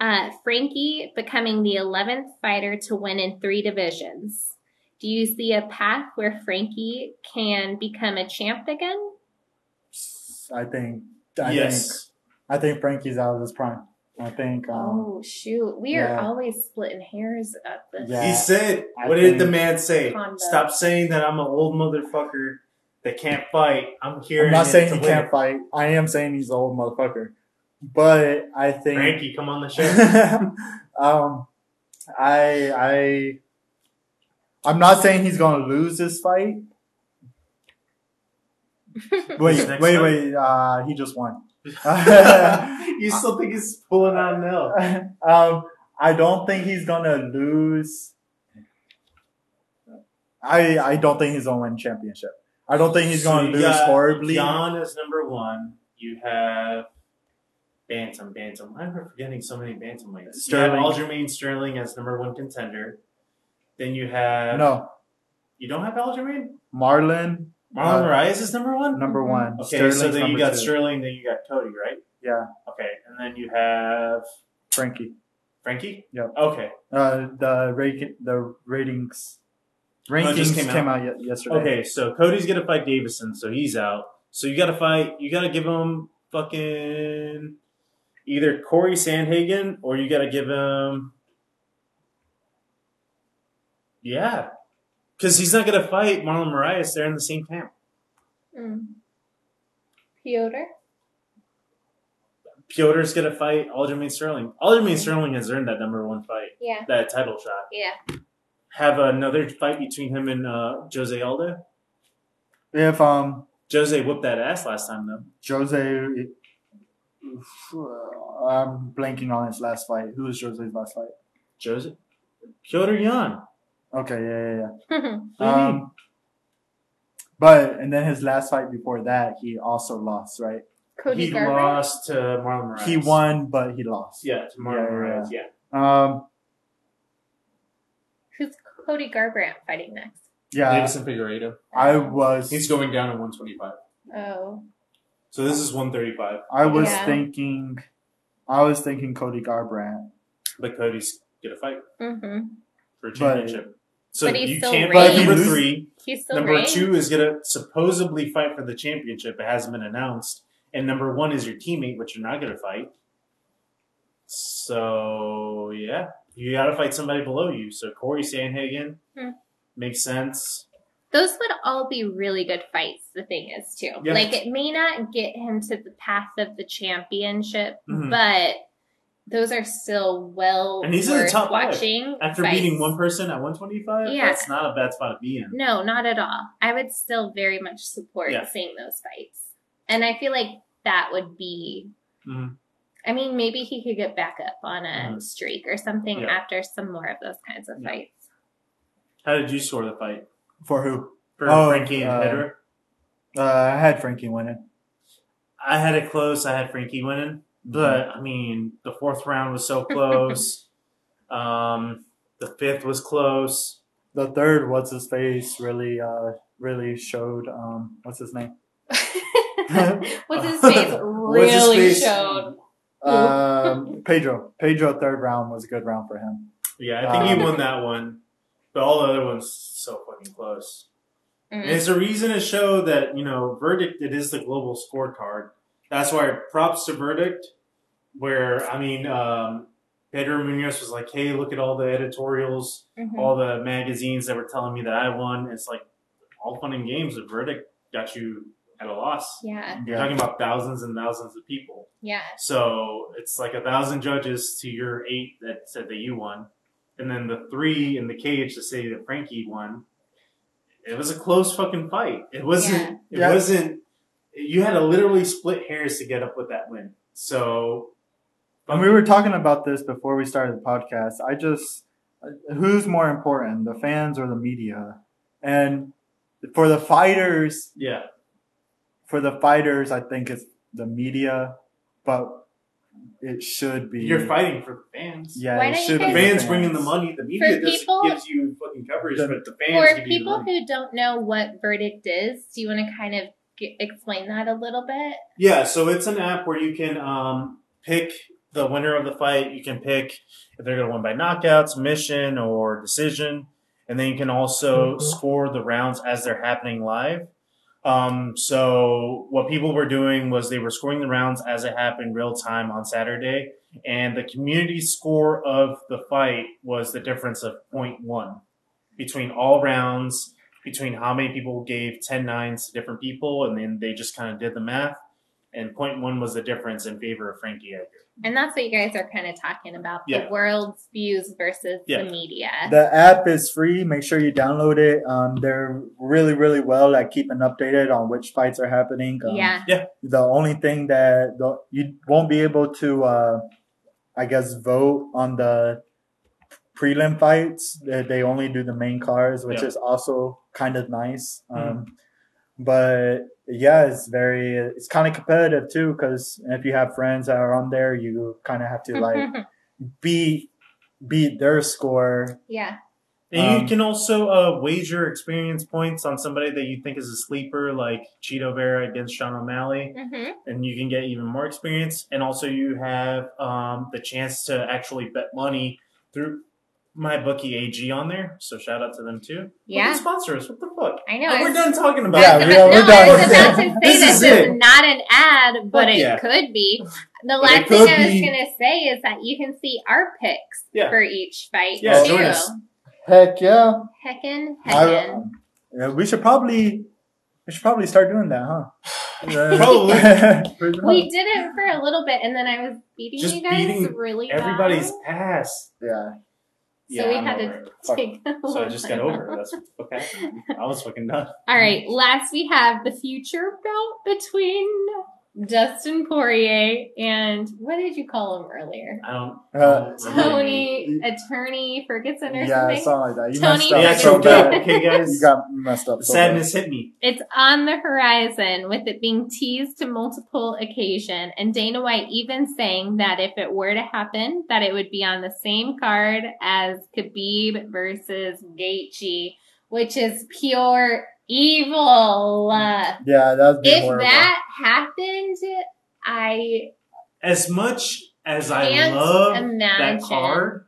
[SPEAKER 2] Uh, Frankie becoming the 11th fighter to win in three divisions. Do you see a path where Frankie can become a champ again?
[SPEAKER 3] I think. I Think,
[SPEAKER 1] yes.
[SPEAKER 3] I think Frankie's out of his prime. I think. Um,
[SPEAKER 2] oh, shoot. We are
[SPEAKER 3] yeah.
[SPEAKER 2] always splitting hairs up this.
[SPEAKER 3] Yeah.
[SPEAKER 1] He said,
[SPEAKER 3] I
[SPEAKER 1] what did the
[SPEAKER 3] think-
[SPEAKER 1] man say?
[SPEAKER 2] Convo.
[SPEAKER 1] Stop saying that I'm an old motherfucker that can't fight. I'm here.
[SPEAKER 3] I'm not
[SPEAKER 1] it
[SPEAKER 3] saying
[SPEAKER 1] to
[SPEAKER 3] he
[SPEAKER 1] win.
[SPEAKER 3] can't fight. I am saying he's an old motherfucker. But I think.
[SPEAKER 1] Frankie, come on the show.
[SPEAKER 3] um, I I I'm not saying he's gonna lose this fight.
[SPEAKER 1] His
[SPEAKER 3] Wait,
[SPEAKER 1] next
[SPEAKER 3] wait,
[SPEAKER 1] fight?
[SPEAKER 3] wait. Uh, he just won.
[SPEAKER 1] you still think he's pulling on now?
[SPEAKER 3] um, I don't think he's gonna lose. I I don't think he's gonna win championship. I don't think he's
[SPEAKER 1] So
[SPEAKER 3] gonna
[SPEAKER 1] you
[SPEAKER 3] lose
[SPEAKER 1] got
[SPEAKER 3] horribly.
[SPEAKER 1] Jan is number one. You have Bantam, Bantam. Why am I forgetting so many Bantam weights? You have
[SPEAKER 3] Sterling.
[SPEAKER 1] Aljamain Sterling as number one contender. Then you have
[SPEAKER 3] No,
[SPEAKER 1] You don't have Aljamain.
[SPEAKER 3] Marlon
[SPEAKER 1] Marlon
[SPEAKER 3] Uh,
[SPEAKER 1] Reyes is number one.
[SPEAKER 3] number
[SPEAKER 2] Mhm.
[SPEAKER 3] one.
[SPEAKER 1] Okay,
[SPEAKER 3] Sterling's
[SPEAKER 1] so then you
[SPEAKER 3] number
[SPEAKER 1] got
[SPEAKER 3] two.
[SPEAKER 1] Sterling. Then you got Cody, right?
[SPEAKER 3] Yeah,
[SPEAKER 1] Okay, and then you have
[SPEAKER 3] Frankie.
[SPEAKER 1] Frankie.
[SPEAKER 3] Yep.
[SPEAKER 1] Okay.
[SPEAKER 3] Uh, the rate the ratings
[SPEAKER 1] it
[SPEAKER 3] rankings
[SPEAKER 1] just
[SPEAKER 3] came,
[SPEAKER 1] came
[SPEAKER 3] out, ye- yesterday.
[SPEAKER 1] Okay, so Cody's gonna fight Davison, so he's out. So you gotta fight. You gotta give him fucking either Corey Sandhagen or you gotta give him. Yeah, because he's not gonna fight Marlon Marias. They're in the same camp.
[SPEAKER 2] Mm. Piotr?
[SPEAKER 1] Piotr's gonna fight Aljamain Sterling. Aljamain Sterling has earned that number one fight,
[SPEAKER 2] Yeah.
[SPEAKER 1] that title shot.
[SPEAKER 2] Yeah.
[SPEAKER 1] Have another fight between him and uh, Jose Aldo.
[SPEAKER 3] If um
[SPEAKER 1] Jose whooped that ass last time though.
[SPEAKER 3] Jose, I'm blanking on his last fight. Who was Jose's last fight?
[SPEAKER 1] Jose, Piotr Jan.
[SPEAKER 3] Okay, yeah, yeah, yeah.
[SPEAKER 1] What do you mean?
[SPEAKER 3] Um, but and then his last fight before that, he also lost, right?
[SPEAKER 2] Cody
[SPEAKER 1] he
[SPEAKER 2] Garber?
[SPEAKER 1] lost to Marlon Moraes.
[SPEAKER 3] He won, but he lost.
[SPEAKER 1] Yeah, to Marlon
[SPEAKER 3] Yeah, yeah,
[SPEAKER 1] Moraes. Yeah.
[SPEAKER 3] Um.
[SPEAKER 2] Who's Cody Garbrandt fighting next?
[SPEAKER 3] Yeah,
[SPEAKER 1] Davison Figueredo.
[SPEAKER 3] I was.
[SPEAKER 1] He's going down to 125.
[SPEAKER 2] Oh,
[SPEAKER 1] So this is 135.
[SPEAKER 3] I was
[SPEAKER 2] Yeah.
[SPEAKER 3] thinking. I was thinking Cody Garbrandt,
[SPEAKER 1] But Cody's gonna fight
[SPEAKER 2] mm-hmm.
[SPEAKER 1] for a championship. so
[SPEAKER 2] But he's
[SPEAKER 1] you
[SPEAKER 2] still
[SPEAKER 1] can't
[SPEAKER 2] ranked.
[SPEAKER 1] fight number
[SPEAKER 3] But he-
[SPEAKER 1] three.
[SPEAKER 2] he's still
[SPEAKER 1] number
[SPEAKER 2] ranked.
[SPEAKER 1] two is gonna supposedly fight for the championship. It hasn't been announced. And number one is your teammate, which you're not gonna fight. So yeah. You gotta fight somebody below you. So Corey Sanhagen
[SPEAKER 2] Hmm.
[SPEAKER 1] makes sense.
[SPEAKER 2] Those would all be really good fights. The thing is, too,
[SPEAKER 1] Yeah.
[SPEAKER 2] like it may not get him to the path of the championship,
[SPEAKER 1] Mhm.
[SPEAKER 2] but those are still well
[SPEAKER 1] And he's in the
[SPEAKER 2] worth
[SPEAKER 1] top five.
[SPEAKER 2] watching.
[SPEAKER 1] After
[SPEAKER 2] fights.
[SPEAKER 1] beating one person at 125,
[SPEAKER 2] Yeah.
[SPEAKER 1] that's not a bad spot to be in.
[SPEAKER 2] no, not at all. I would still very much support
[SPEAKER 1] Yeah.
[SPEAKER 2] seeing those fights, and I feel like that would be
[SPEAKER 1] Mhm.
[SPEAKER 2] I mean, maybe he could get back up on a
[SPEAKER 1] Mhm.
[SPEAKER 2] streak or something
[SPEAKER 1] Yeah.
[SPEAKER 2] after some more of those kinds of
[SPEAKER 1] Yeah.
[SPEAKER 2] fights.
[SPEAKER 1] How did you score the fight
[SPEAKER 3] for who
[SPEAKER 1] for
[SPEAKER 3] Oh,
[SPEAKER 1] Frankie and
[SPEAKER 3] uh,
[SPEAKER 1] Pedro?
[SPEAKER 3] uh, I had Frankie winning.
[SPEAKER 1] I had it close. I had Frankie winning, but I mean, the fourth round was so close. um, the fifth was close.
[SPEAKER 3] The third, what's his face, really, uh, really showed. Um, what's his name?
[SPEAKER 2] What's his face
[SPEAKER 1] What's his
[SPEAKER 2] really
[SPEAKER 1] face?
[SPEAKER 2] showed.
[SPEAKER 3] Um, Pedro. Pedro third round was a good round for him.
[SPEAKER 1] Yeah, I think he
[SPEAKER 3] Um,
[SPEAKER 1] won that one, but all the other ones so fucking close.
[SPEAKER 2] Mm.
[SPEAKER 1] And it's a reason to show that you know verdict. It is the global scorecard. That's why props to verdict. Where I mean, um, Pedro Munoz was like, "Hey, look at all the editorials."
[SPEAKER 2] Mhm.
[SPEAKER 1] all the magazines that were telling me that I won. It's like all fun and games. The verdict got you at a loss.
[SPEAKER 2] Yeah,
[SPEAKER 1] You're talking about thousands and thousands of people.
[SPEAKER 2] yeah.
[SPEAKER 1] So it's like a thousand judges to your eight that said that you won. And then the three in the cage to say that Frankie won. It was a close fucking fight. It wasn't it
[SPEAKER 3] Yeah.
[SPEAKER 1] wasn't you had to literally split hairs to get up with that win. So,
[SPEAKER 3] And we were talking about this before we started the podcast. I just, who's more important, the fans or the media? And for the fighters,
[SPEAKER 1] yeah,
[SPEAKER 3] for the fighters, I think it's the media, but it should be
[SPEAKER 1] you're fighting for the fans.
[SPEAKER 3] Yeah,
[SPEAKER 2] Why
[SPEAKER 3] it
[SPEAKER 2] don't you
[SPEAKER 3] should
[SPEAKER 1] The
[SPEAKER 3] be
[SPEAKER 2] guys-
[SPEAKER 1] fans bringing the money. The media
[SPEAKER 2] For
[SPEAKER 1] just
[SPEAKER 2] people-
[SPEAKER 1] gives you fucking coverage,
[SPEAKER 3] The-
[SPEAKER 1] but the fans
[SPEAKER 2] For
[SPEAKER 1] give you the
[SPEAKER 2] people
[SPEAKER 1] money.
[SPEAKER 2] who don't know what Verdict is, do you want to kind of g- explain that a little bit?
[SPEAKER 1] Yeah, so it's an app where you can um, pick the winner of the fight. You can pick if they're going to win by knockouts, mission, or decision, and then you can also
[SPEAKER 3] Mhm.
[SPEAKER 1] score the rounds as they're happening live. Um, so what people were doing was they were scoring the rounds as it happened real time on Saturday, and the community score of the fight was the difference of 0.1 between all rounds, between how many people gave 10 nines to different people, and then they just kind of did the math. And 0.1 was the difference in favor of Frankie Edgar.
[SPEAKER 2] And that's what you guys are kind of talking about
[SPEAKER 1] Yeah.
[SPEAKER 2] the world's views versus
[SPEAKER 1] Yeah.
[SPEAKER 2] the media.
[SPEAKER 3] The app is free. Make sure you download it. Um, they're really, really well at keeping updated on which fights are happening. Um,
[SPEAKER 2] yeah.
[SPEAKER 3] The only thing that the, you won't be able to, uh, I guess, vote on the prelim fights. They, they only do the main cards, which
[SPEAKER 1] Yeah.
[SPEAKER 3] is also kind of nice. Um, But yeah, it's very, it's kind of competitive too, because if you have friends that are on there, you kind of have to like beat beat their score
[SPEAKER 2] yeah.
[SPEAKER 1] And
[SPEAKER 3] Um,
[SPEAKER 1] you can also uh, wager experience points on somebody that you think is a sleeper, like Cheeto Vera against Sean O'Malley,
[SPEAKER 2] hmm
[SPEAKER 1] and you can get even more experience. And also, you have um, the chance to actually bet money through my bookie AG on there. So shout out to them too.
[SPEAKER 2] Yeah.
[SPEAKER 1] Fucking sponsor us. What the fuck?
[SPEAKER 2] I know.
[SPEAKER 1] Oh,
[SPEAKER 2] I
[SPEAKER 1] we're
[SPEAKER 2] was-
[SPEAKER 1] done talking about.
[SPEAKER 3] Yeah,
[SPEAKER 1] it.
[SPEAKER 3] we are- we're
[SPEAKER 2] no, I was
[SPEAKER 3] done.
[SPEAKER 2] about to say
[SPEAKER 1] This
[SPEAKER 2] this
[SPEAKER 1] is
[SPEAKER 2] is,
[SPEAKER 1] it.
[SPEAKER 2] not an ad, but
[SPEAKER 1] Fuck
[SPEAKER 2] it
[SPEAKER 1] yeah.
[SPEAKER 2] could be. The
[SPEAKER 1] it
[SPEAKER 2] last
[SPEAKER 1] could
[SPEAKER 2] thing I was
[SPEAKER 1] be.
[SPEAKER 2] gonna say is that you can see our picks
[SPEAKER 1] Yeah.
[SPEAKER 2] for each fight
[SPEAKER 1] Yeah,
[SPEAKER 2] too.
[SPEAKER 1] join us.
[SPEAKER 3] Heck yeah!
[SPEAKER 2] Heckin',
[SPEAKER 3] I-
[SPEAKER 2] heckin'.
[SPEAKER 3] yeah, we should probably we should probably start doing that, huh?
[SPEAKER 1] Probably.
[SPEAKER 2] we did it for a little bit, and then I was beating
[SPEAKER 1] Just
[SPEAKER 2] you guys
[SPEAKER 1] beating
[SPEAKER 2] really bad.
[SPEAKER 1] Everybody's ass.
[SPEAKER 3] yeah.
[SPEAKER 2] So we
[SPEAKER 1] I'm
[SPEAKER 2] had to
[SPEAKER 1] over it.
[SPEAKER 3] Fuck.
[SPEAKER 2] Take
[SPEAKER 1] So
[SPEAKER 2] a
[SPEAKER 1] I
[SPEAKER 2] little
[SPEAKER 1] just got
[SPEAKER 2] time
[SPEAKER 1] over it.
[SPEAKER 2] off.
[SPEAKER 1] That's what the fuck happened. I was fucking done.
[SPEAKER 2] All right, last we have the future bout between Dustin Poirier and what did you call him earlier?
[SPEAKER 1] I don't. I
[SPEAKER 3] Uh,
[SPEAKER 1] don't remember the name.
[SPEAKER 2] Tony, attorney Ferguson or
[SPEAKER 3] Yeah,
[SPEAKER 2] something.
[SPEAKER 3] something like that. You
[SPEAKER 2] Tony
[SPEAKER 3] messed
[SPEAKER 1] Yeah,
[SPEAKER 2] Ferguson.
[SPEAKER 3] up
[SPEAKER 1] so okay,
[SPEAKER 3] so bad.
[SPEAKER 1] okay, guys.
[SPEAKER 3] You got messed up.
[SPEAKER 1] The
[SPEAKER 3] So bad.
[SPEAKER 1] sadness hit me.
[SPEAKER 2] It's on the horizon with it being teased to multiple occasion and Dana White even saying that if it were to happen that it would be on the same card as Khabib versus Gaethje, which is pure evil. Uh,
[SPEAKER 3] Yeah, that's
[SPEAKER 2] if
[SPEAKER 3] horrible.
[SPEAKER 2] that happened, I
[SPEAKER 1] As much as I
[SPEAKER 2] can't
[SPEAKER 1] love
[SPEAKER 2] imagine.
[SPEAKER 1] that card,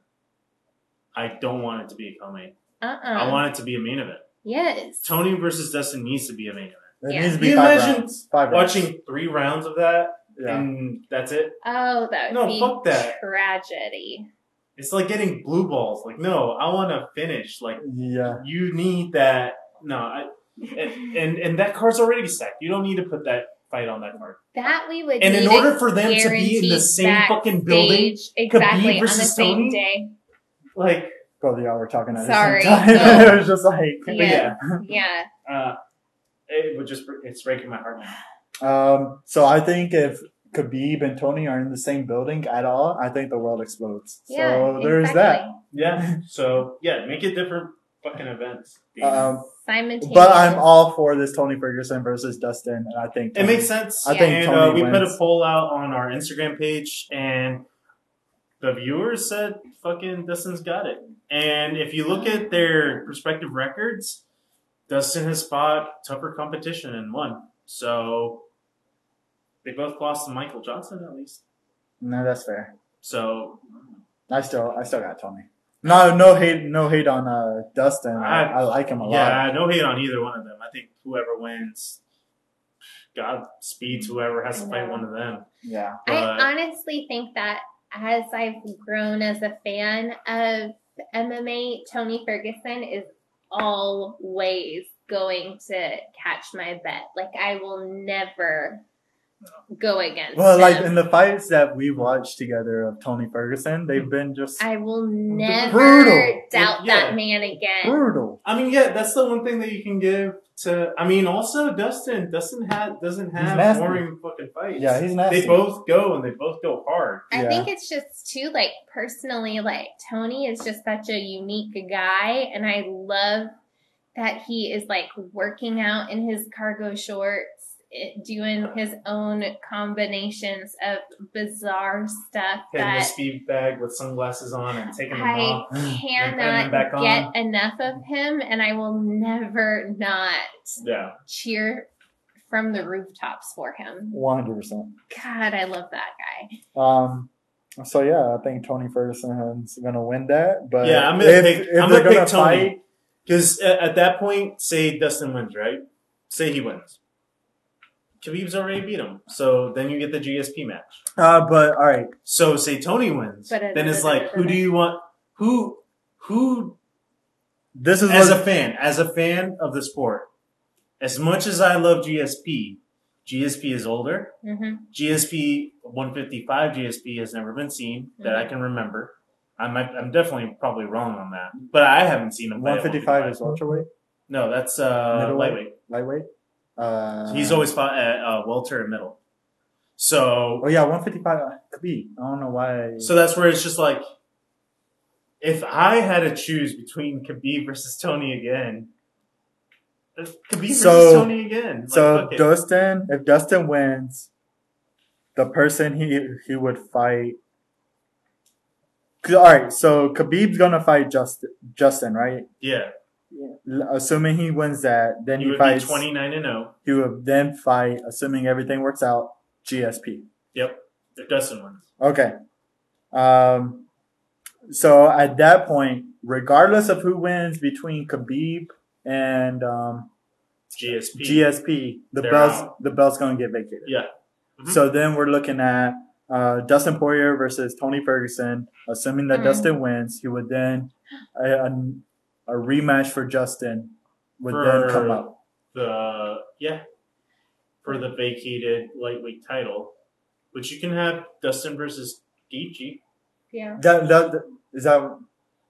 [SPEAKER 1] I don't want it to be a co-main.
[SPEAKER 2] Uh-uh.
[SPEAKER 1] I want it to be a main event.
[SPEAKER 2] yes.
[SPEAKER 1] Tony versus Dustin needs to be a main event.
[SPEAKER 3] it
[SPEAKER 2] yeah.
[SPEAKER 3] needs to be
[SPEAKER 1] Can you
[SPEAKER 3] five
[SPEAKER 1] imagine
[SPEAKER 3] rounds. Five rounds.
[SPEAKER 1] Watching three rounds of that
[SPEAKER 3] Yeah.
[SPEAKER 1] and that's it.
[SPEAKER 2] Oh, that would
[SPEAKER 1] No,
[SPEAKER 2] be
[SPEAKER 1] fuck that.
[SPEAKER 2] tragedy.
[SPEAKER 1] It's like getting blue balls. Like, no, I want to finish. Like,
[SPEAKER 3] Yeah.
[SPEAKER 1] you need that. No, I, and, and and that card's already stacked. You don't need to put that fight on that card.
[SPEAKER 2] That we would.
[SPEAKER 1] And in
[SPEAKER 2] need
[SPEAKER 1] order
[SPEAKER 2] a
[SPEAKER 1] for them to be in the
[SPEAKER 2] guaranteed
[SPEAKER 1] same fucking building,
[SPEAKER 2] backstage- exactly on the
[SPEAKER 1] versus
[SPEAKER 2] same
[SPEAKER 1] Tony?
[SPEAKER 2] day.
[SPEAKER 1] like,
[SPEAKER 3] Both of y'all were talking at
[SPEAKER 2] Sorry.
[SPEAKER 3] the same time.
[SPEAKER 1] No.
[SPEAKER 3] it was just like
[SPEAKER 1] but
[SPEAKER 2] Yeah.
[SPEAKER 1] yeah.
[SPEAKER 3] Uh-huh.
[SPEAKER 2] Yeah,
[SPEAKER 1] uh, it would just it's breaking my heart now.
[SPEAKER 3] Um, so I think if Khabib and Tony are in the same building at all, I think the world explodes.
[SPEAKER 2] yeah.
[SPEAKER 3] so there's
[SPEAKER 2] exactly.
[SPEAKER 1] Yeah. So yeah, make it different fucking events.
[SPEAKER 3] that. Um,
[SPEAKER 2] Simultaneous.
[SPEAKER 3] but I'm all for this Tony Ferguson versus Dustin, and I think
[SPEAKER 1] it makes sense.
[SPEAKER 3] I think
[SPEAKER 1] and uh,
[SPEAKER 3] Tony
[SPEAKER 1] we put a
[SPEAKER 3] wins.
[SPEAKER 1] poll out on our Instagram page, and the viewers said fucking Dustin's got it. And if you look at their respective records, Dustin has fought tougher competition and won. So they both lost to Michael Johnson at least.
[SPEAKER 3] No, that's fair.
[SPEAKER 1] So
[SPEAKER 3] I still, I still got Tony. No, no hate, no hate on uh, Dustin. I,
[SPEAKER 1] I-
[SPEAKER 3] I like him a lot.
[SPEAKER 1] Yeah, no hate on either one of them. I think whoever wins, God speeds whoever has to fight one of them.
[SPEAKER 3] Yeah,
[SPEAKER 1] But-
[SPEAKER 2] I honestly think that as I've grown as a fan of MMA, Tony Ferguson is always going to catch my bet. Like I will never go against.
[SPEAKER 3] Well, like
[SPEAKER 2] him.
[SPEAKER 3] in the fights that we watched together of Tony Ferguson, they've been just
[SPEAKER 2] I will never
[SPEAKER 3] Brutal.
[SPEAKER 2] doubt
[SPEAKER 1] Yeah.
[SPEAKER 2] that man again.
[SPEAKER 3] brutal.
[SPEAKER 1] I mean, yeah, that's the one thing that you can give to. I mean, also Dustin. Dustin ha- doesn't
[SPEAKER 3] He's
[SPEAKER 1] have
[SPEAKER 3] nasty.
[SPEAKER 1] boring fucking fights.
[SPEAKER 3] Yeah, he's nasty.
[SPEAKER 1] they both go and they both go hard.
[SPEAKER 2] I
[SPEAKER 3] Yeah.
[SPEAKER 2] think it's just too like personally like Tony is just such a unique guy and I love that he is like working out in his cargo shorts it, doing his own combinations of bizarre stuff
[SPEAKER 1] Hitting the
[SPEAKER 2] that
[SPEAKER 1] speed bag with sunglasses on and Mm, taking them
[SPEAKER 2] I
[SPEAKER 1] off.
[SPEAKER 2] cannot
[SPEAKER 1] back on.
[SPEAKER 2] get enough of him and I will never not
[SPEAKER 1] Yeah.
[SPEAKER 2] cheer from the rooftops for him.
[SPEAKER 3] One hundred percent.
[SPEAKER 2] God, I love that guy.
[SPEAKER 3] Um. So yeah, I think Tony Ferguson's gonna win that. But
[SPEAKER 1] yeah, I'm gonna
[SPEAKER 3] if-
[SPEAKER 1] pick.
[SPEAKER 3] if
[SPEAKER 1] I'm
[SPEAKER 3] they're
[SPEAKER 1] gonna pick Tony because at, that point, say Dustin wins, right? Say he wins. Khabib's already beat him, so then you get the GSP match.
[SPEAKER 3] uh, but all right,
[SPEAKER 1] So say Tony wins,
[SPEAKER 2] But it-
[SPEAKER 1] then it's like, who do you want? Who, who?
[SPEAKER 3] this is
[SPEAKER 1] As
[SPEAKER 3] what,
[SPEAKER 1] a fan, as a fan of the sport, as much as I love GSP, GSP is older.
[SPEAKER 2] hmm
[SPEAKER 1] GSP 155 GSP has never been seen that
[SPEAKER 2] Mm-hmm.
[SPEAKER 1] I can remember. I'm I'm definitely probably wrong on that, but I haven't seen him. play at
[SPEAKER 3] 155 is welterweight,
[SPEAKER 1] no, that's uh,
[SPEAKER 3] Middleweight?
[SPEAKER 1] lightweight.
[SPEAKER 3] lightweight. Uh,
[SPEAKER 1] He's always fought at uh, welter and middle. So
[SPEAKER 3] Oh yeah, 155 could be. I don't know why.
[SPEAKER 1] so that's where it's just like, if I had to choose between Khabib versus Tony again, uh, Khabib versus
[SPEAKER 3] So-
[SPEAKER 1] Tony again. Like,
[SPEAKER 3] So
[SPEAKER 1] fuck it.
[SPEAKER 3] Dustin, if Dustin wins, the person he he would fight. 'Cause- All right, so Khabib's gonna fight Justin, Justin, right?
[SPEAKER 1] yeah,
[SPEAKER 3] L- Assuming he wins that, then
[SPEAKER 1] he
[SPEAKER 3] he,
[SPEAKER 1] would be
[SPEAKER 3] fights.
[SPEAKER 1] 29 and oh, 0
[SPEAKER 3] He would then fight, assuming everything works out, GSP.
[SPEAKER 1] if Dustin wins.
[SPEAKER 3] Okay. Um. So at that point, regardless of who wins between Khabib and um,
[SPEAKER 1] GSP.
[SPEAKER 3] GSP, the
[SPEAKER 1] They're
[SPEAKER 3] bell's
[SPEAKER 1] out.
[SPEAKER 3] the bell's gonna get vacated.
[SPEAKER 1] Yeah. Mhm.
[SPEAKER 3] So then we're looking at uh, Dustin Poirier versus Tony Ferguson. Assuming that
[SPEAKER 2] Mhm.
[SPEAKER 3] Dustin wins, he would then a, a, a rematch for Justin would then come
[SPEAKER 1] For-
[SPEAKER 3] up.
[SPEAKER 1] the yeah for the vacated lightweight title, which you can have Dustin versus Gaethje.
[SPEAKER 2] Yeah.
[SPEAKER 3] That, that, that- is that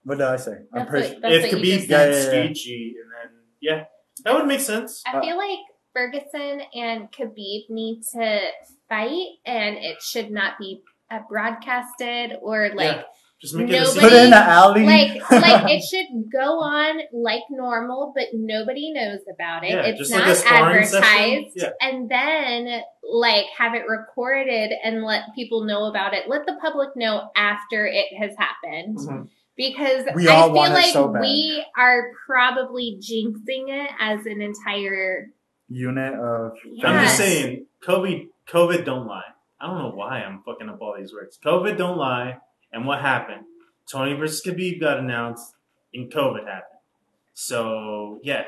[SPEAKER 3] what did I say? I'm
[SPEAKER 2] That's
[SPEAKER 3] pretty.
[SPEAKER 2] what- that's
[SPEAKER 1] if
[SPEAKER 2] what
[SPEAKER 1] Khabib
[SPEAKER 2] you
[SPEAKER 1] beats
[SPEAKER 2] just said.
[SPEAKER 3] Yeah, yeah, yeah.
[SPEAKER 1] Gaethje, and then yeah, that would make sense.
[SPEAKER 2] I feel like Ferguson and Khabib need to fight, and it should not be uh, broadcasted or like
[SPEAKER 1] Just make it a
[SPEAKER 2] Nobody-
[SPEAKER 3] Put it
[SPEAKER 1] sequel.
[SPEAKER 3] in the alley.
[SPEAKER 2] like like it should go on like normal, but nobody knows about it.
[SPEAKER 1] Yeah,
[SPEAKER 2] it's
[SPEAKER 1] just
[SPEAKER 2] not
[SPEAKER 1] like a sparring session.
[SPEAKER 2] advertised,
[SPEAKER 1] Yeah.
[SPEAKER 2] and then like have it recorded and let people know about it. Let the public know after it has happened.
[SPEAKER 1] Mhm.
[SPEAKER 2] because
[SPEAKER 3] We
[SPEAKER 2] I
[SPEAKER 3] all
[SPEAKER 2] feel
[SPEAKER 3] want it
[SPEAKER 2] like
[SPEAKER 3] so bad.
[SPEAKER 2] we are probably jinxing it as an entire.
[SPEAKER 3] Unit of.
[SPEAKER 1] I'm
[SPEAKER 2] Yes.
[SPEAKER 1] just saying, COVID, COVID don't lie. I don't know why I'm fucking up all these words. COVID don't lie, and what happened? Tony versus Khabib got announced, and COVID happened. So yeah,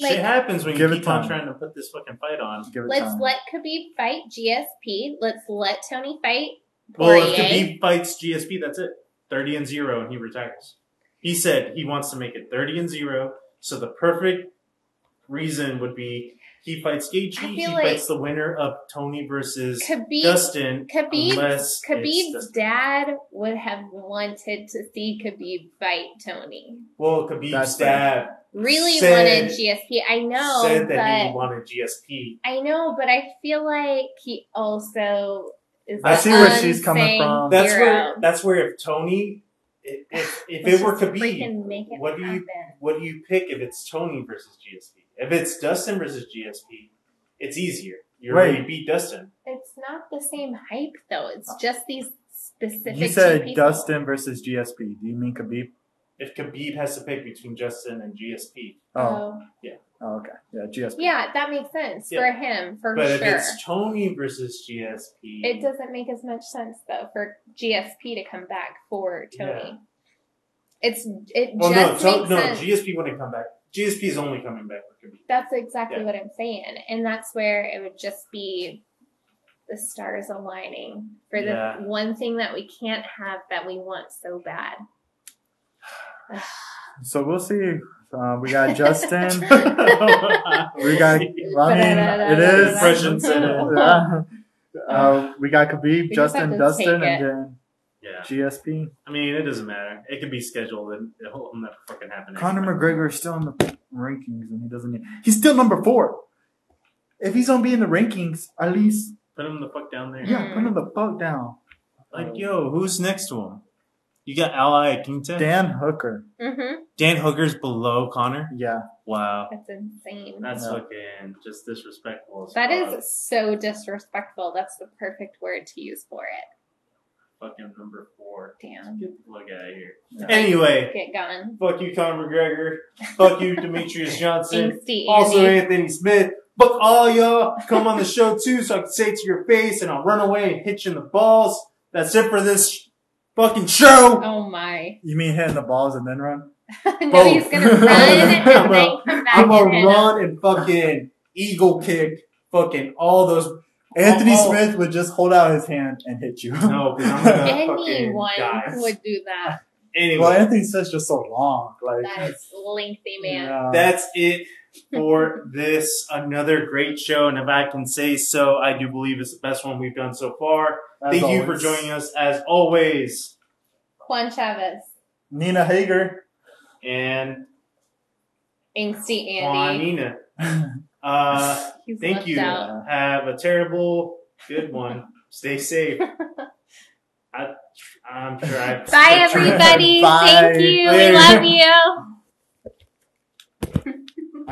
[SPEAKER 2] Like-
[SPEAKER 1] shit happens when you
[SPEAKER 3] Give it
[SPEAKER 1] keep on
[SPEAKER 3] time.
[SPEAKER 1] trying to put this fucking fight on.
[SPEAKER 3] Give it
[SPEAKER 2] Let's
[SPEAKER 3] time.
[SPEAKER 2] let Khabib fight GSP. Let's let Tony fight
[SPEAKER 1] Well, if
[SPEAKER 2] Poirier.
[SPEAKER 1] Khabib fights GSP, that's it. 30 and 0, and he retires. He said he wants to make it 30 and 0, so the perfect reason would be he fights Gaethje,
[SPEAKER 2] I feel
[SPEAKER 1] he
[SPEAKER 2] like-
[SPEAKER 1] fights the winner of Tony versus
[SPEAKER 2] Khabib,
[SPEAKER 1] Dustin.
[SPEAKER 2] Khabib,
[SPEAKER 1] unless it's
[SPEAKER 2] Khabib's
[SPEAKER 1] Dustin.
[SPEAKER 2] dad would have wanted to see Khabib fight Tony.
[SPEAKER 1] Well, Khabib's
[SPEAKER 3] That's
[SPEAKER 1] dad
[SPEAKER 2] Really
[SPEAKER 1] Said-
[SPEAKER 2] wanted GSP. I know,
[SPEAKER 1] said
[SPEAKER 2] but
[SPEAKER 1] that he wanted GSP.
[SPEAKER 2] I know, but I feel like he also is.
[SPEAKER 1] I
[SPEAKER 2] the
[SPEAKER 1] see where
[SPEAKER 3] she's coming
[SPEAKER 2] unsung
[SPEAKER 3] from.
[SPEAKER 1] That's where,
[SPEAKER 2] hero.
[SPEAKER 1] that's where if Tony, if, if, if
[SPEAKER 2] Let's
[SPEAKER 1] it were
[SPEAKER 2] just
[SPEAKER 1] Khabib,
[SPEAKER 2] freaking make it
[SPEAKER 1] what do you
[SPEAKER 2] happen.
[SPEAKER 1] what do you pick if it's Tony versus GSP? If it's Dustin versus GSP, it's easier. You already
[SPEAKER 3] Wait.
[SPEAKER 1] beat Dustin.
[SPEAKER 2] It's not the same hype though. It's just these specific.
[SPEAKER 3] You
[SPEAKER 2] two
[SPEAKER 3] said
[SPEAKER 2] people.
[SPEAKER 3] Dustin versus GSP. Do you mean Khabib?
[SPEAKER 1] If Khabib has to pick between Justin and GSP,
[SPEAKER 3] Oh,
[SPEAKER 2] Oh.
[SPEAKER 3] oh, okay. Yeah, GSP.
[SPEAKER 2] yeah, that makes sense
[SPEAKER 1] Yeah.
[SPEAKER 2] for him for
[SPEAKER 1] but if
[SPEAKER 2] sure.
[SPEAKER 1] it's Tony versus GSP,
[SPEAKER 2] It doesn't make as much sense though for GSP to come back for Tony. It's it
[SPEAKER 1] Well, Oh, no,
[SPEAKER 2] just
[SPEAKER 1] to,
[SPEAKER 2] makes
[SPEAKER 1] no,
[SPEAKER 2] sense.
[SPEAKER 1] GSP wouldn't come back. GSP is only coming back for Khabib.
[SPEAKER 2] that's exactly
[SPEAKER 1] Yeah.
[SPEAKER 2] what I'm saying, and that's where it would just be the stars aligning for the
[SPEAKER 1] Yeah.
[SPEAKER 2] one thing that we can't have that we want so bad.
[SPEAKER 3] So we'll see Um, we got Justin. we
[SPEAKER 1] got
[SPEAKER 3] got
[SPEAKER 2] uh,
[SPEAKER 3] I mean, it is
[SPEAKER 1] Impressions in it.
[SPEAKER 3] Yeah. Um, we got Khabib,
[SPEAKER 2] just have
[SPEAKER 3] Justin,
[SPEAKER 2] to
[SPEAKER 3] Dustin,
[SPEAKER 2] take
[SPEAKER 3] and then
[SPEAKER 1] Yeah.
[SPEAKER 3] GSP.
[SPEAKER 1] I mean, it doesn't matter. It could be scheduled and it'll never fucking happen.
[SPEAKER 3] Conor
[SPEAKER 1] anyway.
[SPEAKER 3] McGregor is still in the rankings, and he doesn't. He's still number four. If he's gonna be in the rankings, at least
[SPEAKER 1] Put him the fuck down there.
[SPEAKER 3] yeah, put him the fuck down.
[SPEAKER 1] Like, yo, who's next to him? You got Ally Akinta? Dan,
[SPEAKER 3] Dan Hooker.
[SPEAKER 2] Mm-hmm.
[SPEAKER 1] Hooker's below Connor?
[SPEAKER 3] Yeah,
[SPEAKER 1] Wow.
[SPEAKER 2] That's insane.
[SPEAKER 1] That's
[SPEAKER 3] Yeah.
[SPEAKER 1] fucking just disrespectful. as
[SPEAKER 2] That
[SPEAKER 1] fuck.
[SPEAKER 2] is so disrespectful. That's the perfect word to use for it.
[SPEAKER 1] fucking number four.
[SPEAKER 2] Damn.
[SPEAKER 1] Get the fuck out of here.
[SPEAKER 3] Yeah.
[SPEAKER 1] Anyway,
[SPEAKER 2] Get gone.
[SPEAKER 1] fuck you, Conor McGregor. fuck you, Demetrius Johnson.
[SPEAKER 2] Angsty
[SPEAKER 1] Also,
[SPEAKER 2] Andy.
[SPEAKER 1] Anthony Smith. Fuck all y'all. Come on the show too, so I can say it to your face, and I'll run away and hit you in the balls. That's it for this fucking show.
[SPEAKER 2] Oh my.
[SPEAKER 3] you mean hitting the balls and then run?
[SPEAKER 2] no, he's gonna run and
[SPEAKER 1] I'm a-
[SPEAKER 2] then come back
[SPEAKER 1] I'm
[SPEAKER 2] and hit
[SPEAKER 1] gonna
[SPEAKER 2] him.
[SPEAKER 1] run and fucking eagle kick, fucking all those.
[SPEAKER 3] Anthony
[SPEAKER 1] Oh, oh.
[SPEAKER 3] Smith would just hold out his hand and hit you.
[SPEAKER 1] No, 'cause I'm gonna-
[SPEAKER 2] Anyone
[SPEAKER 1] fucking guys.
[SPEAKER 2] would do that.
[SPEAKER 1] Anyway,
[SPEAKER 3] well, Anthony Smith's just so long. Like
[SPEAKER 2] That is lengthy, man.
[SPEAKER 3] yeah.
[SPEAKER 1] that's it for this another great show, and if I can say so, I do believe it's the best one we've done so far.
[SPEAKER 3] As
[SPEAKER 1] Thank you for
[SPEAKER 3] always.
[SPEAKER 1] joining us as always,
[SPEAKER 2] Juan Chavez.
[SPEAKER 3] Nina Hager.
[SPEAKER 1] and
[SPEAKER 2] Angsty Andy.
[SPEAKER 1] Juanina. Uh,
[SPEAKER 2] He's
[SPEAKER 1] thank
[SPEAKER 2] left
[SPEAKER 1] you.
[SPEAKER 2] out.
[SPEAKER 1] Have a terrible good one. Stay safe. I, I'm sure I.
[SPEAKER 2] Bye, everybody.
[SPEAKER 3] Bye.
[SPEAKER 2] Thank you. We
[SPEAKER 3] Later.
[SPEAKER 2] love you.